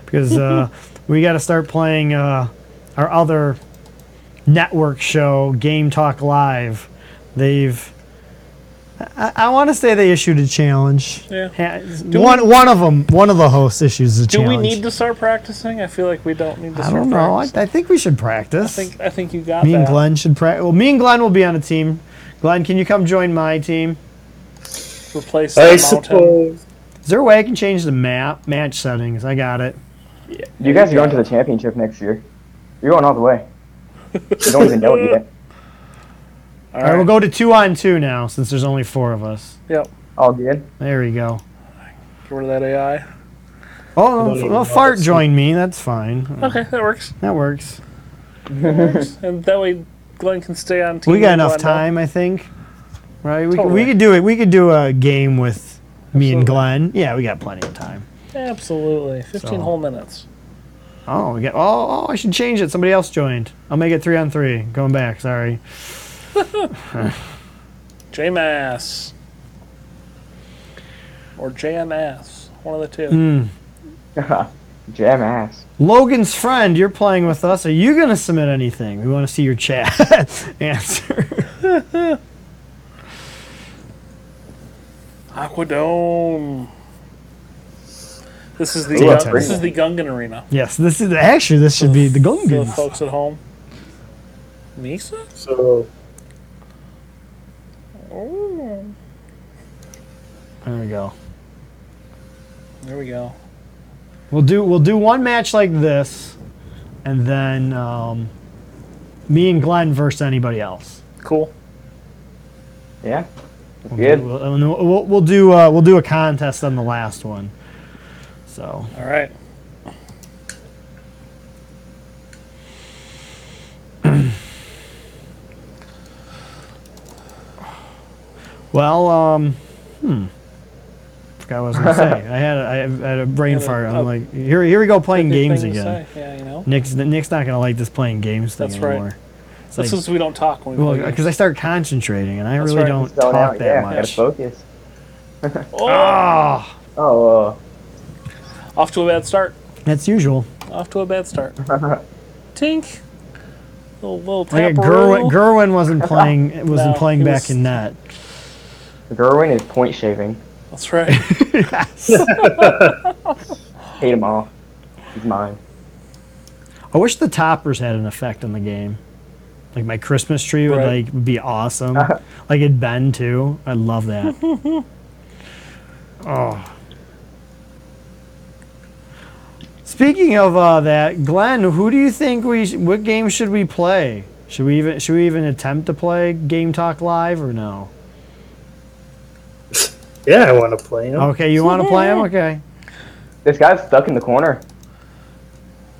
S1: because uh, we got to start playing uh, our other network show, Game Talk Live. They've I, I want to say they issued a challenge.
S3: Yeah.
S1: Ha- one one of them, one of the hosts issues a
S3: Do
S1: challenge.
S3: we need to start practicing? I feel like we don't need to
S1: I
S3: start
S1: don't know. I,
S3: practicing.
S1: I think we should practice.
S3: I think I think you got
S1: me and
S3: that.
S1: Glenn should practice. Well, me and Glenn will be on a team. Glenn, can you come join my team?
S3: Replace the
S5: I
S3: mountain.
S5: suppose.
S1: Is there a way I can change the map match settings? I got it.
S6: You guys are going to the championship next year. You're going all the way. You don't even know it yet.
S3: All
S1: All right,
S3: right.
S1: we'll go to two on two now since there's only four of us.
S3: Yep.
S6: All good.
S1: There we go.
S3: Get rid of that AI.
S1: Oh,
S5: even
S1: well,
S5: know
S1: fart
S5: that's-
S1: joined me. That's fine.
S3: Okay, that works.
S1: That works.
S3: And that way, Glenn can stay on. Team
S1: We got
S3: with
S1: enough
S3: Glenda.
S1: time, I think. Right? We, could, we
S3: Totally.
S1: could do it. We could do a game with me and Glenn. Yeah, we got plenty of time.
S3: Absolutely, fifteen
S1: So-
S3: whole minutes.
S1: Oh, we got. Oh, oh, I should change it. Somebody else joined. I'll make it three on three. Going back. Sorry.
S3: JMass or JMS, one of the
S1: Mm.
S3: two.
S1: Hmm.
S6: Jam ass.
S1: Logan's friend, you're playing with us. Are you going to submit anything? We want to see your chat answer.
S3: Aquadome. This is the
S1: Ooh, that's
S3: Gun-
S1: pretty.
S3: this is the Gungan Arena.
S1: Yes, this is actually this should be the
S3: For the
S1: Gungans.
S3: folks at home. Misa?
S5: So
S1: There we go.
S3: There we go.
S1: We'll do we'll do one match like this, and then um, me and Glenn versus anybody else.
S3: Cool.
S6: Yeah. That's
S1: We'll,
S6: good.
S1: and then we'll, we'll do uh, we'll do a contest on the last one. So
S3: All right.
S1: well, um, hmm. Forgot what I was gonna say. I had a, I had a brain
S3: Had a-
S1: fart.
S3: a-
S1: I'm like, here here we go playing
S3: Good
S1: games
S3: thing to
S1: again.
S3: say. Yeah, uh, you know.
S1: Nick's Nick's not gonna like this playing games thing
S3: That's right.
S1: anymore. It's
S3: That's
S1: like-
S3: since we don't talk when we
S1: Well,
S3: play
S1: because I start concentrating, and I
S3: That's
S1: really
S3: right.
S1: don't
S3: Just
S6: Zone
S1: talk
S6: out.
S1: that
S6: yeah, gotta
S1: much.
S6: focus.
S3: games. Oh,
S1: Ah,
S6: Oh,
S3: Off to a bad start.
S1: That's usual.
S3: Off to a bad start. Tink. Little, little
S1: Like
S3: taparoo.
S1: Gerwin, Gerwin wasn't playing wasn't
S3: No,
S1: playing
S3: he
S1: back
S3: was-
S1: in that.
S6: Gerwin is point shaving.
S3: That's right.
S6: Hate him all. He's mine.
S1: I wish the toppers had an effect on the game. Like my Christmas tree would
S3: Right.
S1: like would be awesome. like it'd bend too. I love that. oh. Speaking of uh, that, Glenn, who do you think we? Sh- what game should we play? Should we even should we even attempt to play Game Talk Live or no?
S5: Yeah, I want to play him.
S1: Okay, you want to play him? Okay.
S6: This guy's stuck in the corner.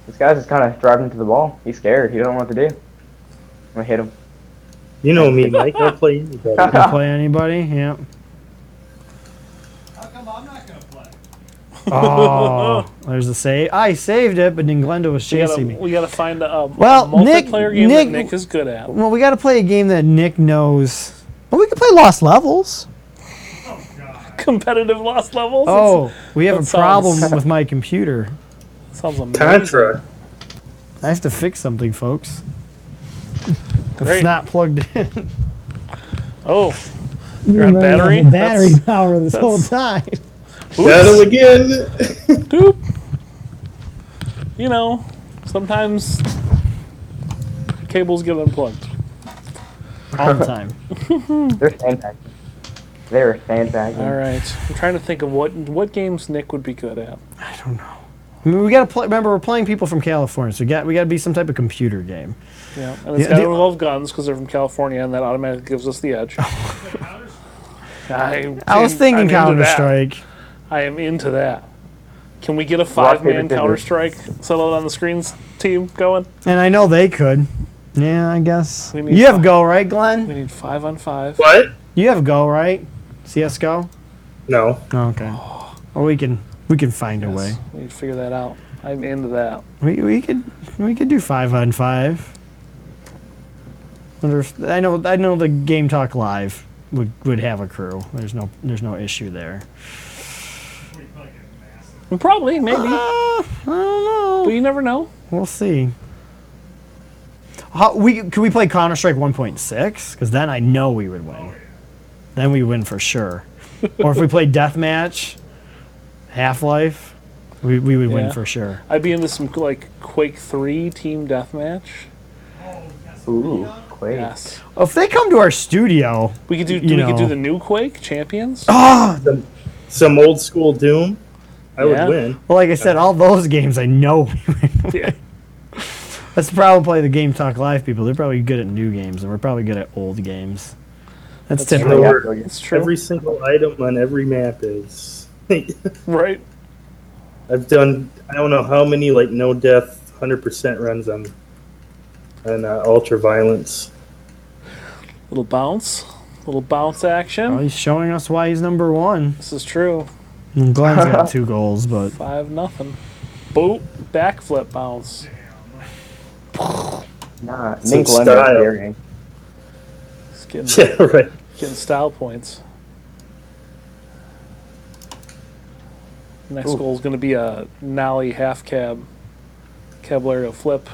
S6: This guy's just kind of driving to the ball. He's scared. He don't know what to do. I'm gonna hit him.
S5: You know me, Mike. I'll play anybody.
S1: Can play anybody? Yeah.
S4: How come I'm not gonna play?
S1: Oh, there's the save. I saved it, but then Glenda was
S3: we, gotta,
S1: chasing me.
S3: we gotta find a, a
S1: Well, Nick-
S3: multiplayer game
S1: Nick-
S3: that Nick is good at.
S1: Well, we got to play a game that Nick knows. Well, we could play Lost Levels.
S3: Competitive lost levels.
S1: Oh, we have
S3: that
S1: a
S3: sounds-
S1: problem with my computer.
S3: That's- sounds amazing.
S5: Contra.
S1: I have to fix something, folks. It's
S3: Great.
S1: not plugged in.
S3: Oh, you're on battery.
S1: battery power this whole
S3: that's-
S1: time.
S5: Battle again.
S3: That's- doop. You know, sometimes cables get unplugged.
S1: All the time.
S6: They're sandbagging. They're sandbagging.
S3: All right, I'm trying to think of what what games Nick would be good at.
S1: I mean, we got to play. Remember, we're playing people from California, so we got we got to be some type of computer game.
S3: Yeah, and it's
S1: Yeah,
S3: gotta
S1: the-
S3: involve guns because they're from California, and that automatically gives us the edge. I,
S1: I was
S3: am-
S1: thinking
S3: I'm into that.
S1: Counter Strike.
S3: I am into that. Can we get a five-man
S6: paper scissors.
S3: Counter Strike settled on the screens team going?
S1: And I know they could. Yeah, I guess.
S3: We need
S1: You have
S3: five.
S1: Go, right, Glenn?
S3: We need five on five.
S5: What?
S1: You have Go, right? CSGO?
S5: No.
S1: Oh, okay. Well, we can we can find a way.
S3: We need to figure that out. I'm into that.
S1: We, we could we could do five on five. Wonder if I know I know the Game Talk Live would, would have a crew. There's no there's no issue there.
S3: Probably, maybe,
S1: Uh, I don't
S3: but
S1: know.
S3: you never know.
S1: We'll see. How, we could we play Counter Strike 1.6? Because then I know we would win. Then we win for sure. or if we play Deathmatch, Half Life, we, we would win
S3: Yeah.
S1: for sure.
S3: I'd be into some like Quake Three team deathmatch.
S6: Ooh, Quake.
S3: Yes,
S1: If they come to our studio,
S3: we could do.
S1: You
S3: we could do
S1: know. Oh.
S3: the new Quake Champions.
S5: Some old school Doom. I
S3: Yeah.
S5: would win.
S1: Well, like I said, all those games I know. we win.
S3: Yeah.
S1: That's the problem. Play the Game Talk Live people. They're probably good at new games, and we're probably good at old games. That's,
S3: That's
S1: typical.
S5: true.
S3: It's true,
S5: Every single item on every map is.
S3: right?
S5: I've done I don't know how many like no death, hundred percent runs on, on uh, ultra violence.
S3: Little bounce, little bounce action.
S1: Well, Oh, he's showing us why he's number one.
S3: This is true.
S1: And Glenn's got two goals, but
S3: Five nothing. Boop, backflip bounce.
S6: Nah,
S5: Some
S6: Nick Lund
S5: style.
S6: is scaring.
S3: It's getting,
S5: Yeah, right.
S3: getting style points. Next goal is going to be a nollie half cab, caballero flip.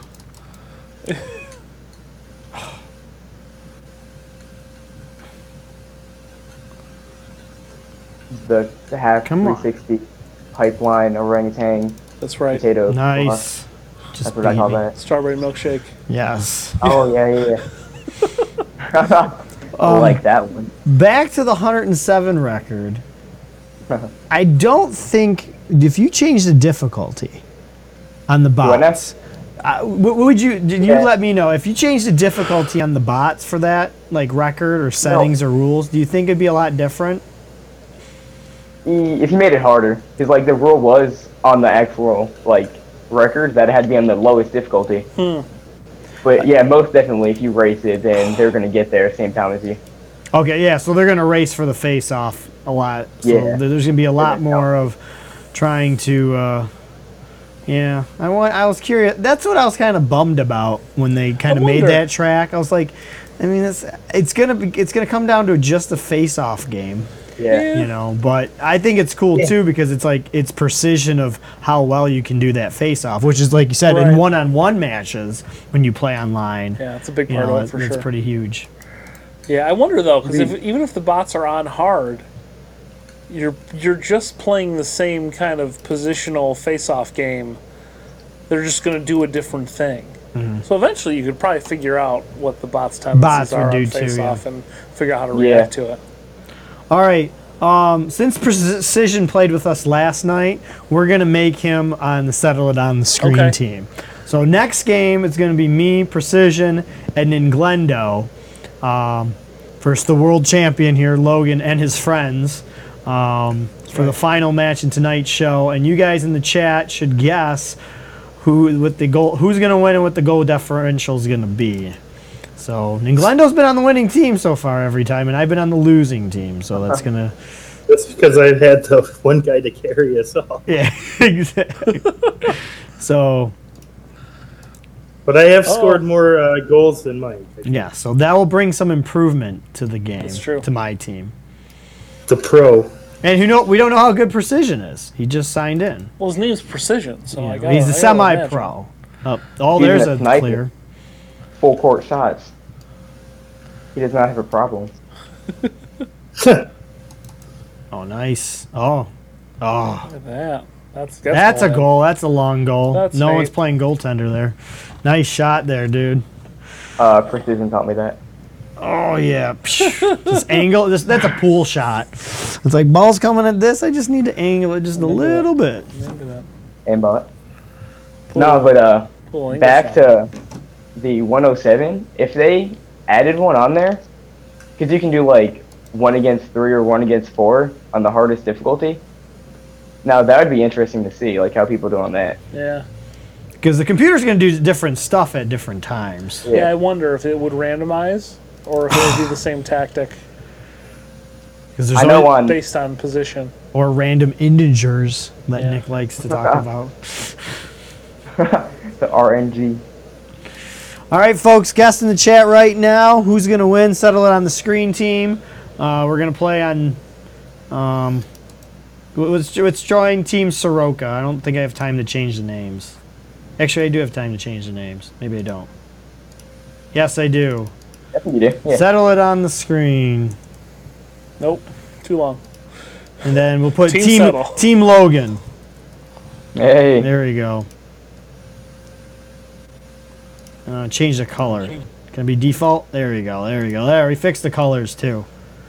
S6: The the half
S1: Come on.
S6: 360 pipeline orangutan
S3: That's right.
S6: potato.
S1: nice. Just
S6: That's what I call
S1: beat me.
S6: that.
S3: Strawberry milkshake.
S1: Yes.
S6: Oh yeah, yeah, yeah.
S1: Um,
S6: I like that one.
S1: Back to the 107 record. I don't think if you change the difficulty on the
S6: I not?
S1: bots. I- w- would you did you
S6: Yeah.
S1: let me know if you change the difficulty on the bots for that like record or settings or rules? Do you think it'd be a lot different?
S6: E- If you made it harder, because like the rule was on the actual like record that it had to be on the lowest difficulty. But yeah, most definitely, if you race it, then they're gonna get there same time as you.
S1: Okay, yeah. So they're gonna race for the face off a lot. So
S6: Yeah.
S1: th- there's gonna be a lot
S6: Yeah.
S1: more of trying to. Uh, yeah, I want. I was curious. That's what I was kind of bummed about when they kind of made
S3: wonder.
S1: that track. I was like, I mean, it's it's gonna be it's gonna come down to just a face off game.
S6: Yeah.
S1: you know but i think it's cool too because it's like it's precision of how well you can do that face off which is like you said
S3: Right.
S1: in one-on-one matches when you play online
S3: Yeah, it's a big
S1: you
S3: part
S1: know
S3: of it
S1: it's
S3: for sure.
S1: pretty huge
S3: Yeah, I wonder though, because if, even if the bots are on hard, you're you're just playing the same kind of positional face-off game. They're just going to do a different thing. So eventually, you could probably figure out what the bots' tendencies
S1: Mm-hmm. Bots would
S3: are
S1: do
S3: on
S1: too,
S3: face-off and figure out how to
S6: Yeah.
S3: react to it.
S1: all right um, since precision played with us last night we're going to make him on the settle it on the screen
S3: Okay.
S1: team so next game it's going to be me precision and then glendo um, versus the world champion here logan and his friends um, for the final match in tonight's show. And you guys in the chat should guess who with the goal who's going to win and what the goal differential is going to be. So and Glendo's been on the winning team so far every time, and I've been on the losing team. So that's
S3: Uh-huh.
S1: gonna
S5: That's because I've had the one guy to carry us all.
S1: yeah exactly. so
S5: But I have scored
S3: Oh.
S5: more uh, goals than Mike.
S1: yeah, so that will bring some improvement to the game
S3: That's true.
S1: to my team.
S5: The pro.
S1: And who know we don't know how good precision is. He just signed in.
S3: Well, his name's Precision, so I
S1: You know,
S3: gotta-
S1: he's
S3: Oh I
S1: a
S3: gotta imagine.
S1: semi-pro. Oh, oh,
S6: He's
S1: there's
S6: a
S1: a
S6: sniper.
S1: clear.
S6: Full court shots. He does not have a problem.
S1: Oh, nice. Oh, oh.
S3: Look at that. That's
S1: That's a
S3: one.
S1: goal. That's a long goal.
S3: That's
S1: no
S3: neat.
S1: one's playing goaltender there. Nice shot there, dude.
S6: Uh, Precision taught me that.
S1: Oh yeah. Psh. just angle. Just, that's a pool shot. It's like ball's coming at this. I just need to angle it just a little bit.
S3: Look at that.
S6: Aimbot. No, but uh,
S3: Cool angle
S6: back
S3: shot.
S6: to the 107. If they added one on there, because you can do like one against three or one against four on the hardest difficulty. Now that would be interesting to see, like how people do on that.
S3: yeah.
S1: Because the computer's gonna do different stuff at different times.
S3: yeah. I wonder if it would randomize or if it would do the same tactic
S1: Because there's
S6: I know
S1: always-
S6: on
S3: based on position.
S1: or random integers that
S3: Yeah.
S1: Nick likes to talk about.
S6: the RNG.
S1: All right, folks, guess in the chat right now who's going to win. Settle it on the screen team. Uh, we're going to play on. Um, let's, let's join Team Soroka. I don't think I have time to change the names. Actually, I do have time to change the names. Maybe I don't. Yes, I do.
S6: I think you do. Yeah.
S1: Settle it on the screen.
S3: Nope, too long.
S1: And then we'll put
S3: Team
S1: Team,
S3: Settle.
S1: team Logan.
S6: Hey,
S1: There we go. Uh, change the color. Can it be default? There we go. There we go. There, we fixed the colors too.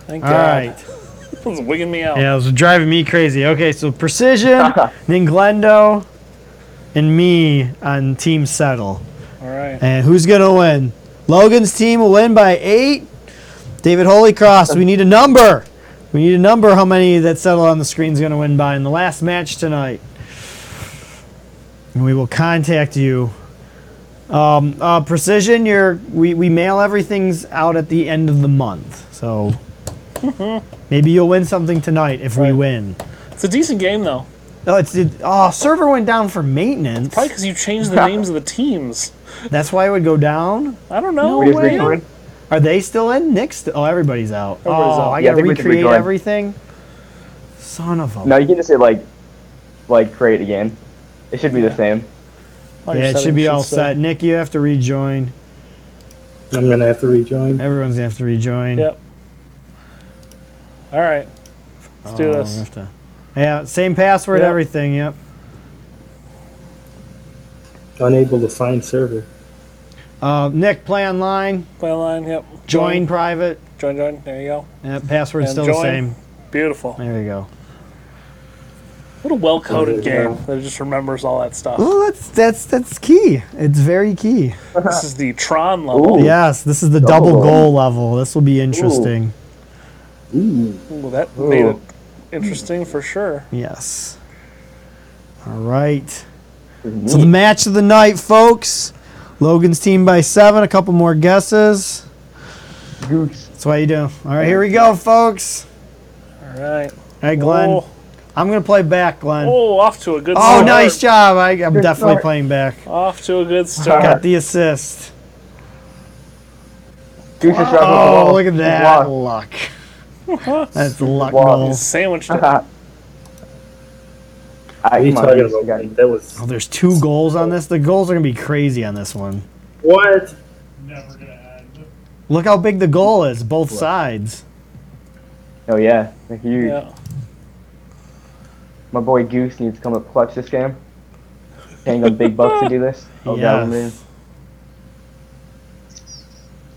S3: Thank
S1: All
S3: God.
S1: right.
S3: It was wigging me out.
S1: Yeah, it was driving me crazy. Okay, so Precision, then Glendo, and me on Team Settle.
S3: All right.
S1: And who's going to win? Logan's team will win by eight. David Holy Cross, we need a number. We need a number how many that Settle on the screen is going to win by in the last match tonight. And we will contact you. Um, uh, Precision, you're, we, we mail everything's out at the end of the month. So maybe you'll win something tonight if we
S3: Right.
S1: win.
S3: It's a decent game though.
S1: Oh, it's it, oh, server went down for maintenance.
S3: Probably because you changed the names of the teams.
S1: That's why it would go down.
S3: I don't know.
S6: we just
S1: way.
S6: recorded.
S1: Are they still in? Nick's still. Oh, everybody's out.
S3: Everybody's
S1: oh,
S3: out.
S1: I
S6: Yeah, I
S1: gotta
S6: think we can
S1: recreate
S6: rejoin.
S1: everything. Son of a.
S6: No, you can just hit like, like create again. It should be the same.
S3: Like
S1: yeah, it should
S3: settings
S1: be all
S3: say.
S1: set. Nick, you have to rejoin.
S5: I'm going to have to rejoin.
S1: Everyone's gonna have to rejoin.
S3: Yep. All right. Let's do
S1: Oh, we
S3: this.
S1: have to- Yeah, same password,
S3: Yep.
S1: everything. Yep.
S5: Unable to find server.
S1: Uh, Nick, play online.
S3: Play line. Yep.
S1: Join private.
S3: Join. Join. There you go.
S1: Yep, password's
S3: And
S1: still the
S3: join.
S1: same.
S3: Beautiful.
S1: There you go.
S3: What a well-coded
S5: Yeah.
S3: game that just remembers all that stuff.
S1: Well, that's that's that's key. It's very key.
S3: this is the Tron level.
S6: Ooh.
S1: Yes, this is the double,
S6: Double goal.
S1: goal level. This will be interesting.
S3: Ooh, that made it
S6: Ooh.
S3: interesting for sure.
S1: Yes. All right. So the match of the night, folks. Logan's team by seven. A couple more guesses.
S6: Goose.
S1: That's why you do. All right, here we go, folks.
S3: All right.
S1: All right, Glenn.
S3: Oh,
S1: I'm gonna play back, Glenn. Oh,
S3: oh, off to a good. start.
S1: nice job. I, I'm definitely
S6: start.
S1: playing back.
S3: Off to a good start.
S1: Got the assist.
S6: Goose is dropping the
S1: Oh,
S6: ball. Oh,
S1: look at
S6: He's
S1: that
S6: lost.
S1: luck. That's luck
S6: Wow.
S1: roll.
S3: Sandwich.
S6: I
S5: What are you
S6: eat my
S5: talking
S6: wrist,
S5: about?
S6: got
S5: Mike? That was
S1: Oh, there's two goals on this. The goals are gonna be crazy on this one.
S5: what?
S4: Never gonna end.
S1: Look how big the goal is, both sides.
S6: Oh yeah, they're huge.
S3: Yeah.
S6: My boy Goose needs to come up clutch this game. Paying him big bucks to do this. Oh
S1: Yes.
S6: god, man.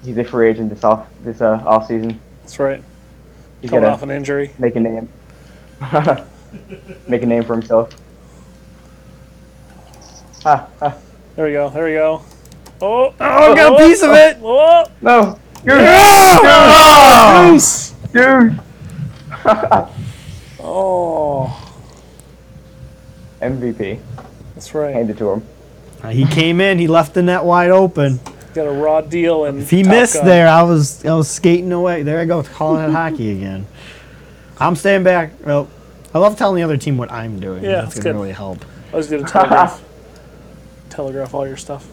S6: He's a free agent this off this uh, off season.
S3: That's right.
S6: He's
S3: Coming
S6: gonna
S3: off an injury.
S6: make a name. make a name for himself. Ah, ah.
S3: There we go. There we go. Oh,
S1: Oh, got a piece of it.
S3: oh,
S6: No! Goose!
S3: Goose!
S6: Goose!
S3: Oh,
S6: MVP.
S3: that's right.
S6: Hand it to him.
S1: Uh, he came in. He left the net wide open.
S3: Got a raw deal and
S1: If he missed there, I was I was skating away. There I go, calling it hockey again. I'm staying back. Well, I love telling the other team what I'm doing.
S3: Yeah,
S1: that's
S3: that's
S1: gonna
S3: good.
S1: really help.
S3: I was gonna telegraph, telegraph all your stuff.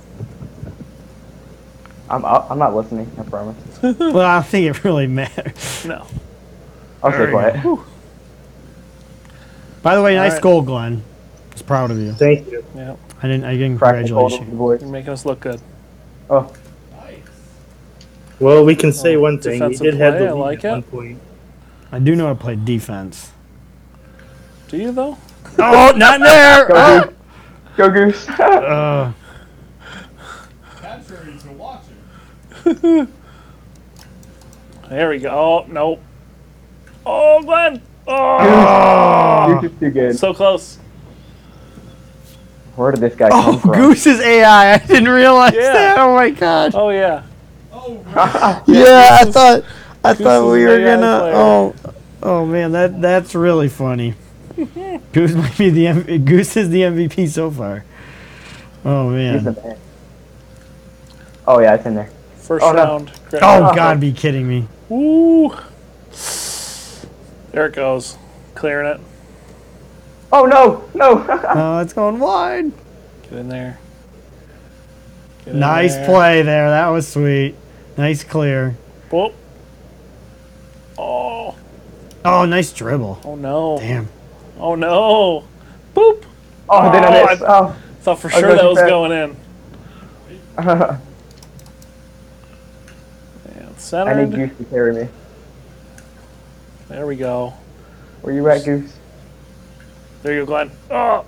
S6: I'm I'm not listening. I promise.
S1: well, I don't think it really matters.
S3: No,
S6: I'll stay quiet.
S1: By the way, nice
S3: right.
S1: goal, Glenn. I was proud of you.
S5: Thank you.
S3: yeah,
S1: I didn't. I didn't
S6: Crack the
S1: congratulate
S6: photo to the
S1: you.
S6: boys.
S3: you're making us look good.
S6: Oh,
S5: Well, we can say one thing. We
S3: defensive
S5: did have
S3: play, I
S5: the lead
S3: like
S5: at
S3: it.
S5: one point.
S1: I do know I played defense.
S3: Do you though?
S1: oh, not there.
S6: go Goose! Go Goose!
S1: Uh,
S4: Contrary to watching.
S3: There we go. Oh no. Oh Glenn. Oh,
S6: Goose is too good.
S1: Ah.
S3: so close.
S6: Where did this guy come
S1: oh,
S6: from?
S1: Goose is AI. I didn't realize
S3: Yeah.
S1: that. Oh my god.
S3: Oh yeah.
S1: yeah, I thought. I
S3: is
S1: thought Uh, we
S3: an
S1: were
S3: AI
S1: gonna.
S3: player.
S1: Oh, oh man, that that's really funny. Goose might be the M- Goose is the MVP so far. Oh
S6: He's the
S1: man.
S6: man. Oh yeah, it's in there.
S3: First
S6: Oh, no.
S3: round. Correct.
S1: Oh God, be kidding me.
S3: Ooh. There it goes. Clearing it.
S6: Oh no, no!
S1: Oh, it's going wide.
S3: Get in there. Get in
S1: Nice
S3: there.
S1: play there. That was sweet. Nice clear.
S3: Whoop. Oh.
S1: Oh, nice dribble.
S3: Oh no.
S1: Damn.
S3: Oh no. Boop.
S6: oh, did I miss? Oh,
S3: Thought for
S6: I
S3: sure
S6: got
S3: that
S6: you
S3: was
S6: back.
S3: going in.
S6: Oh.
S3: And
S6: I need
S3: centered.
S6: Goose to carry me.
S3: There we go.
S6: Where you at, Goose?
S3: There you go, Glenn. Oh.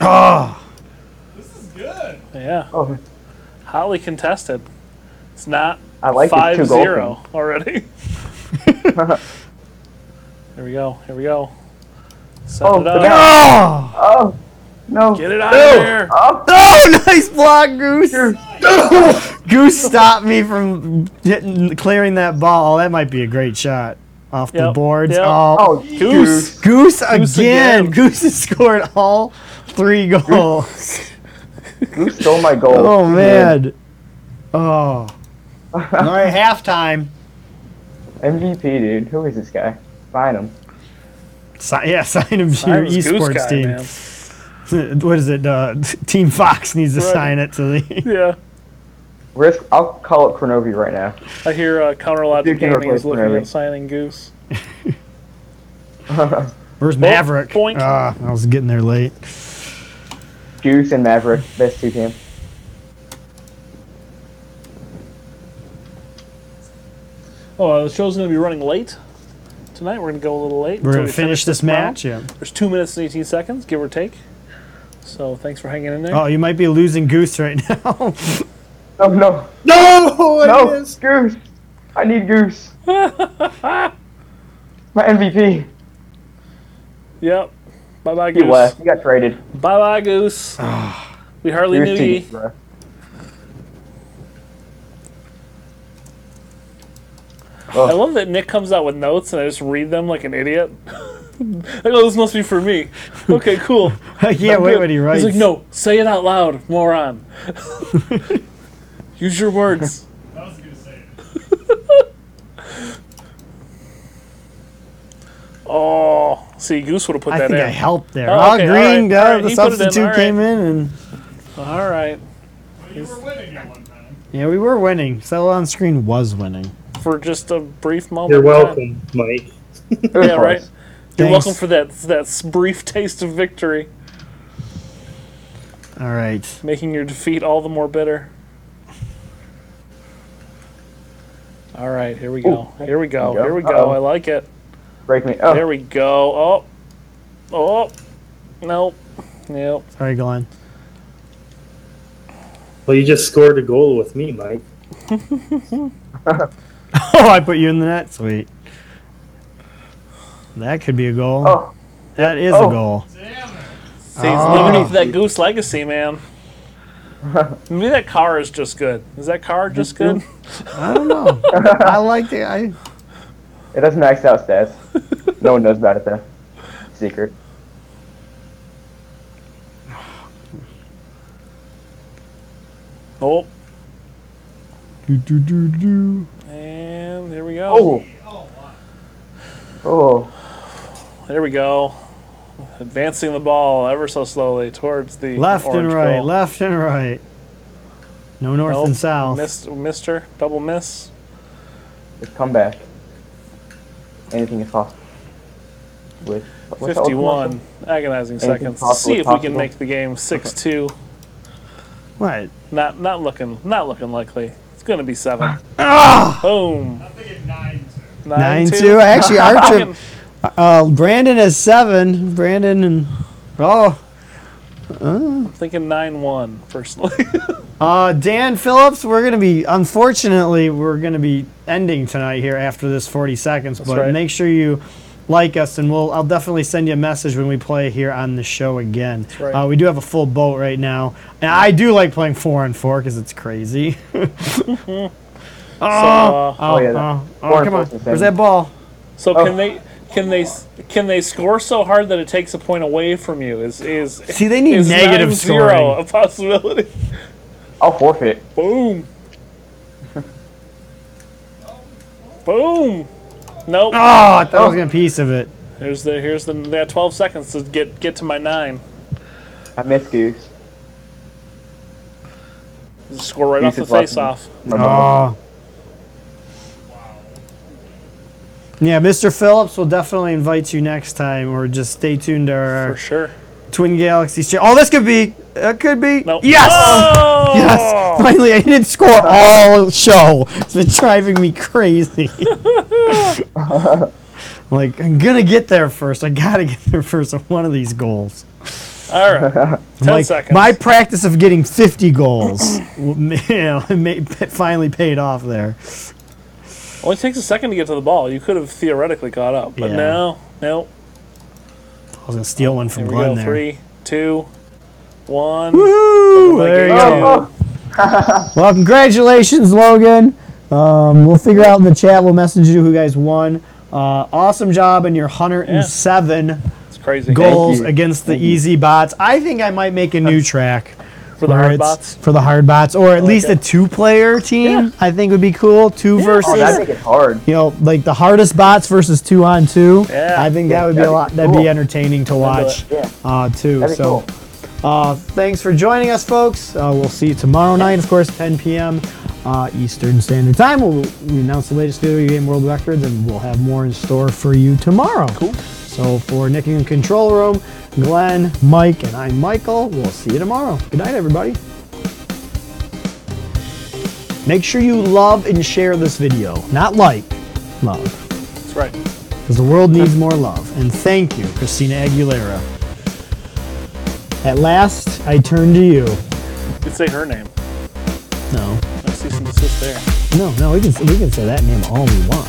S1: Oh,
S4: This is good.
S3: Yeah.
S6: Oh,
S3: Hotly contested. It's not
S6: I like
S3: five
S6: this two goal
S3: zero already. Here we go. Here we go. Set
S6: Oh,
S3: it up.
S6: the-
S1: oh,
S6: Oh, no!
S3: Get it out of there.
S6: Oh,
S1: oh! Nice block, Goose. Goose stopped me from hitting, clearing that ball. That might be a great shot off the
S3: Yep,
S1: boards.
S3: yep.
S1: Oh,
S6: oh,
S3: Goose.
S6: Goose!
S1: Goose again.
S3: again.
S1: Goose has scored all three goals.
S6: Goose stole my goal.
S1: oh man. Oh. All right, halftime.
S6: MVP, dude. Who is this guy? Find him.
S1: Si- yeah, sign him to your
S3: Simon's goose
S1: esports
S3: guy,
S1: team.
S3: man.
S1: what is it? Uh, team Fox needs to
S3: Right.
S1: sign it to the.
S3: Yeah.
S6: Risk. I'll call up Cronovi right now.
S3: I hear uh, Counter Logic
S6: Dude can
S3: Gaming
S6: replace
S3: is looking
S6: Murray.
S3: at signing Goose.
S1: Where's Maverick?
S3: boink.
S1: Ah, I was getting there late.
S6: Goose and Maverick, best two team.
S3: Oh, uh, the show's going to be running late tonight. Wewe're going to go a little late.
S1: We're
S3: until
S1: gonna
S3: we
S1: finish this
S3: round.
S1: match. Yeah.
S3: There's two minutes and 18 seconds, give or take. So thanks for hanging in there.
S1: Oh, you might be losing Goose right now.
S6: Oh no,
S5: No,
S6: no,
S5: I missed.
S6: Goose! I need Goose. my MVP.
S3: Yep. Bye bye,
S6: He
S3: Goose. Bye
S6: left. He got traded.
S3: bye, Goose.
S1: Ah.
S3: we hardly
S6: Goose
S3: knew
S6: team,
S3: ye.
S6: bro.
S3: I love that Nick comes out with notes and I just read them like an idiot. like, oh, this must be for me. Okay, cool.
S1: I can't wait when he writes.
S3: He's like, no, say it out loud, moron. Use your words.
S4: I was gonna say it.
S3: Oh, see, Goose would have put
S1: I
S3: that
S1: think
S3: in.
S1: I helped there.
S3: Oh,
S1: Ah,
S3: okay,
S1: Green,
S3: alright,
S1: uh,
S3: alright,
S1: the
S3: he put it in,
S1: substitute
S3: alright.
S1: came in, and
S3: All right.
S4: But you were winning at one time.
S1: yeah, we were winning. So on screen was winning.
S3: for just a brief moment.
S5: You're
S3: in time.
S5: welcome, Mike.
S6: It was
S3: Yeah,
S6: close.
S3: right. You're
S1: Thanks.
S3: welcome for that that s- brief taste of victory,
S1: All right.
S3: making your defeat all the more bitter. All right, here we go. here we go.
S6: Here
S3: Here
S6: we
S3: we
S6: go.
S3: go.
S6: Uh-oh.
S3: I like it.
S6: Break me. Oh,
S3: There we go. Oh, oh, nope, nope.
S1: Sorry, Glenn.
S5: Well, you just scored a goal with me, Mike.
S1: Oh, I put you in the net. Sweet. That could be a goal.
S6: Oh.
S1: That is
S6: Oh.
S1: a goal.
S3: See, he's
S1: Ah.
S3: living up to that goose legacy, man. Maybe that car is just good. Is that car just good?
S1: I don't know. I like the. I,
S6: it doesn't max out stats. no one knows about it though. Secret.
S3: Oh,
S1: do, do, do, do.
S3: and here we go.
S6: Oh. Oh.
S3: There we go. Advancing the ball ever so slowly towards the
S1: Left and
S3: orange
S1: right,
S3: goal.
S1: left and right. No north
S3: Nope.
S1: and south.
S3: Missed, missed her. Double miss.
S6: It's comeback. Anything is possible. With what's that old
S3: Fifty-one. Agonizing
S6: Anything
S3: seconds.
S6: possible
S3: See
S6: is
S3: if we can
S6: possible.
S3: make the game six-two.
S1: What?
S3: Not not looking not looking likely. It's gonna be seven. Boom.
S4: I'm thinking nine two.
S1: Ah! Nine two.
S3: two.
S1: Actually, our
S3: Fucking-
S1: trip. Uh, Brandon has seven. Brandon and oh,
S3: I'm thinking nine one personally.
S1: uh, Dan Phillips. We're gonna be unfortunately we're gonna be ending tonight here after this 40 seconds. but
S3: right.
S1: make sure you like us, and we'll I'll definitely send you a message when we play here on the show again.
S3: right.
S1: uh, we do have a full boat right now, and I do like playing four on four because it's crazy.
S3: so uh,
S1: Oh,
S6: yeah, that-
S1: oh, oh,
S6: foreign
S1: come on.
S6: forces,
S1: Where's
S6: baby.
S1: that ball?
S3: so
S6: Oh.
S3: can they can they s- can they score so hard that it takes a point away from you? Is is
S1: See, they need
S3: is
S1: negative
S3: 9-0
S1: scoring.
S3: a possibility?
S6: I'll forfeit.
S3: Boom. Boom. Nope.
S1: Oh, I thought I was getting a piece of it.
S3: Here's the here's the they got 12 seconds to get get to my nine.
S6: I missed Goose.
S3: Just score right off the
S6: Decent luck,
S3: face off.
S6: My ball.
S1: Oh. Yeah, Mr. Phillips will definitely invite you next time, or just stay tuned to
S3: For
S1: our
S3: sure.
S1: Twin Galaxies. cha- Oh, this could be. That could be.
S3: Nope.
S1: Yes!
S3: Oh!
S1: Yes! Finally, I didn't score all show. It's been driving me crazy. like, I'm going to get there first. I got to get there first on one of these goals.
S3: All right. 10
S1: Like,
S3: seconds.
S1: my practice of getting 50 goals you know, it may, it finally paid off there.
S3: Only takes a second to get to the ball. You could have theoretically caught up, but
S1: Yeah.
S3: no, no.
S1: I was going to steal one
S3: Here
S1: from
S3: we
S1: Glenn
S3: go.
S1: there.
S3: Three, two, one.
S1: Woo!
S3: Like
S1: There
S3: a
S1: you go.
S6: Oh,
S1: Well, congratulations, Logan. Um, we'll figure out in the chat. We'll message you who guys won. Uh, awesome job in your 107
S3: It's crazy.
S1: goals
S6: you.
S1: against the easy bots. I think I might make a new track.
S3: for the
S1: where
S3: hard
S1: it's-
S3: bots.
S1: For the hard bots, or at least
S3: it.
S1: a two-player team, I think would be cool. Two versus
S6: oh that'd make it hard.
S1: you know, like the hardest bots versus two on two.
S3: Yeah.
S1: I think that would be
S6: That'd
S1: a
S6: be
S1: lot. That'd
S6: cool.
S1: be entertaining to watch,
S6: Yeah.
S1: uh, too.
S6: That'd be
S1: so,
S6: cool.
S1: uh, thanks for joining us, folks. Uh, we'll see you tomorrow night, of course, 10 p.m. Uh, Eastern Standard Time. We'll we announce the latest video game world records, and we'll have more in store for you tomorrow. Cool. So, for Nick in the control room, Glenn, Mike, and I'm Michael. We'll see you tomorrow. Good night, everybody. Make sure you love and share this video, not like, love
S3: That's right.
S1: because the world needs more love. And thank you, Christina Aguilera. At last, I turn to you.
S3: You could say her name.
S1: No,
S3: I see some assist there.
S1: no, no. We can we can say that name all we want.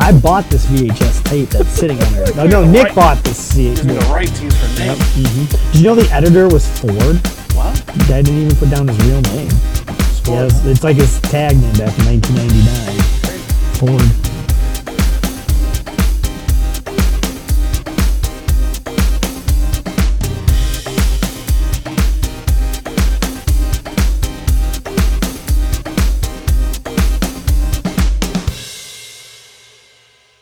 S1: I bought this VHS tape that's sitting on there. No, no, Nick bought this. C-
S3: Gives me the right to use her name.
S1: mm-hmm. Did you know the editor was Ford?
S3: What?
S1: I didn't even put down his real name.
S3: Score.
S1: Yes, it's like his tag name back in 1999. Ford.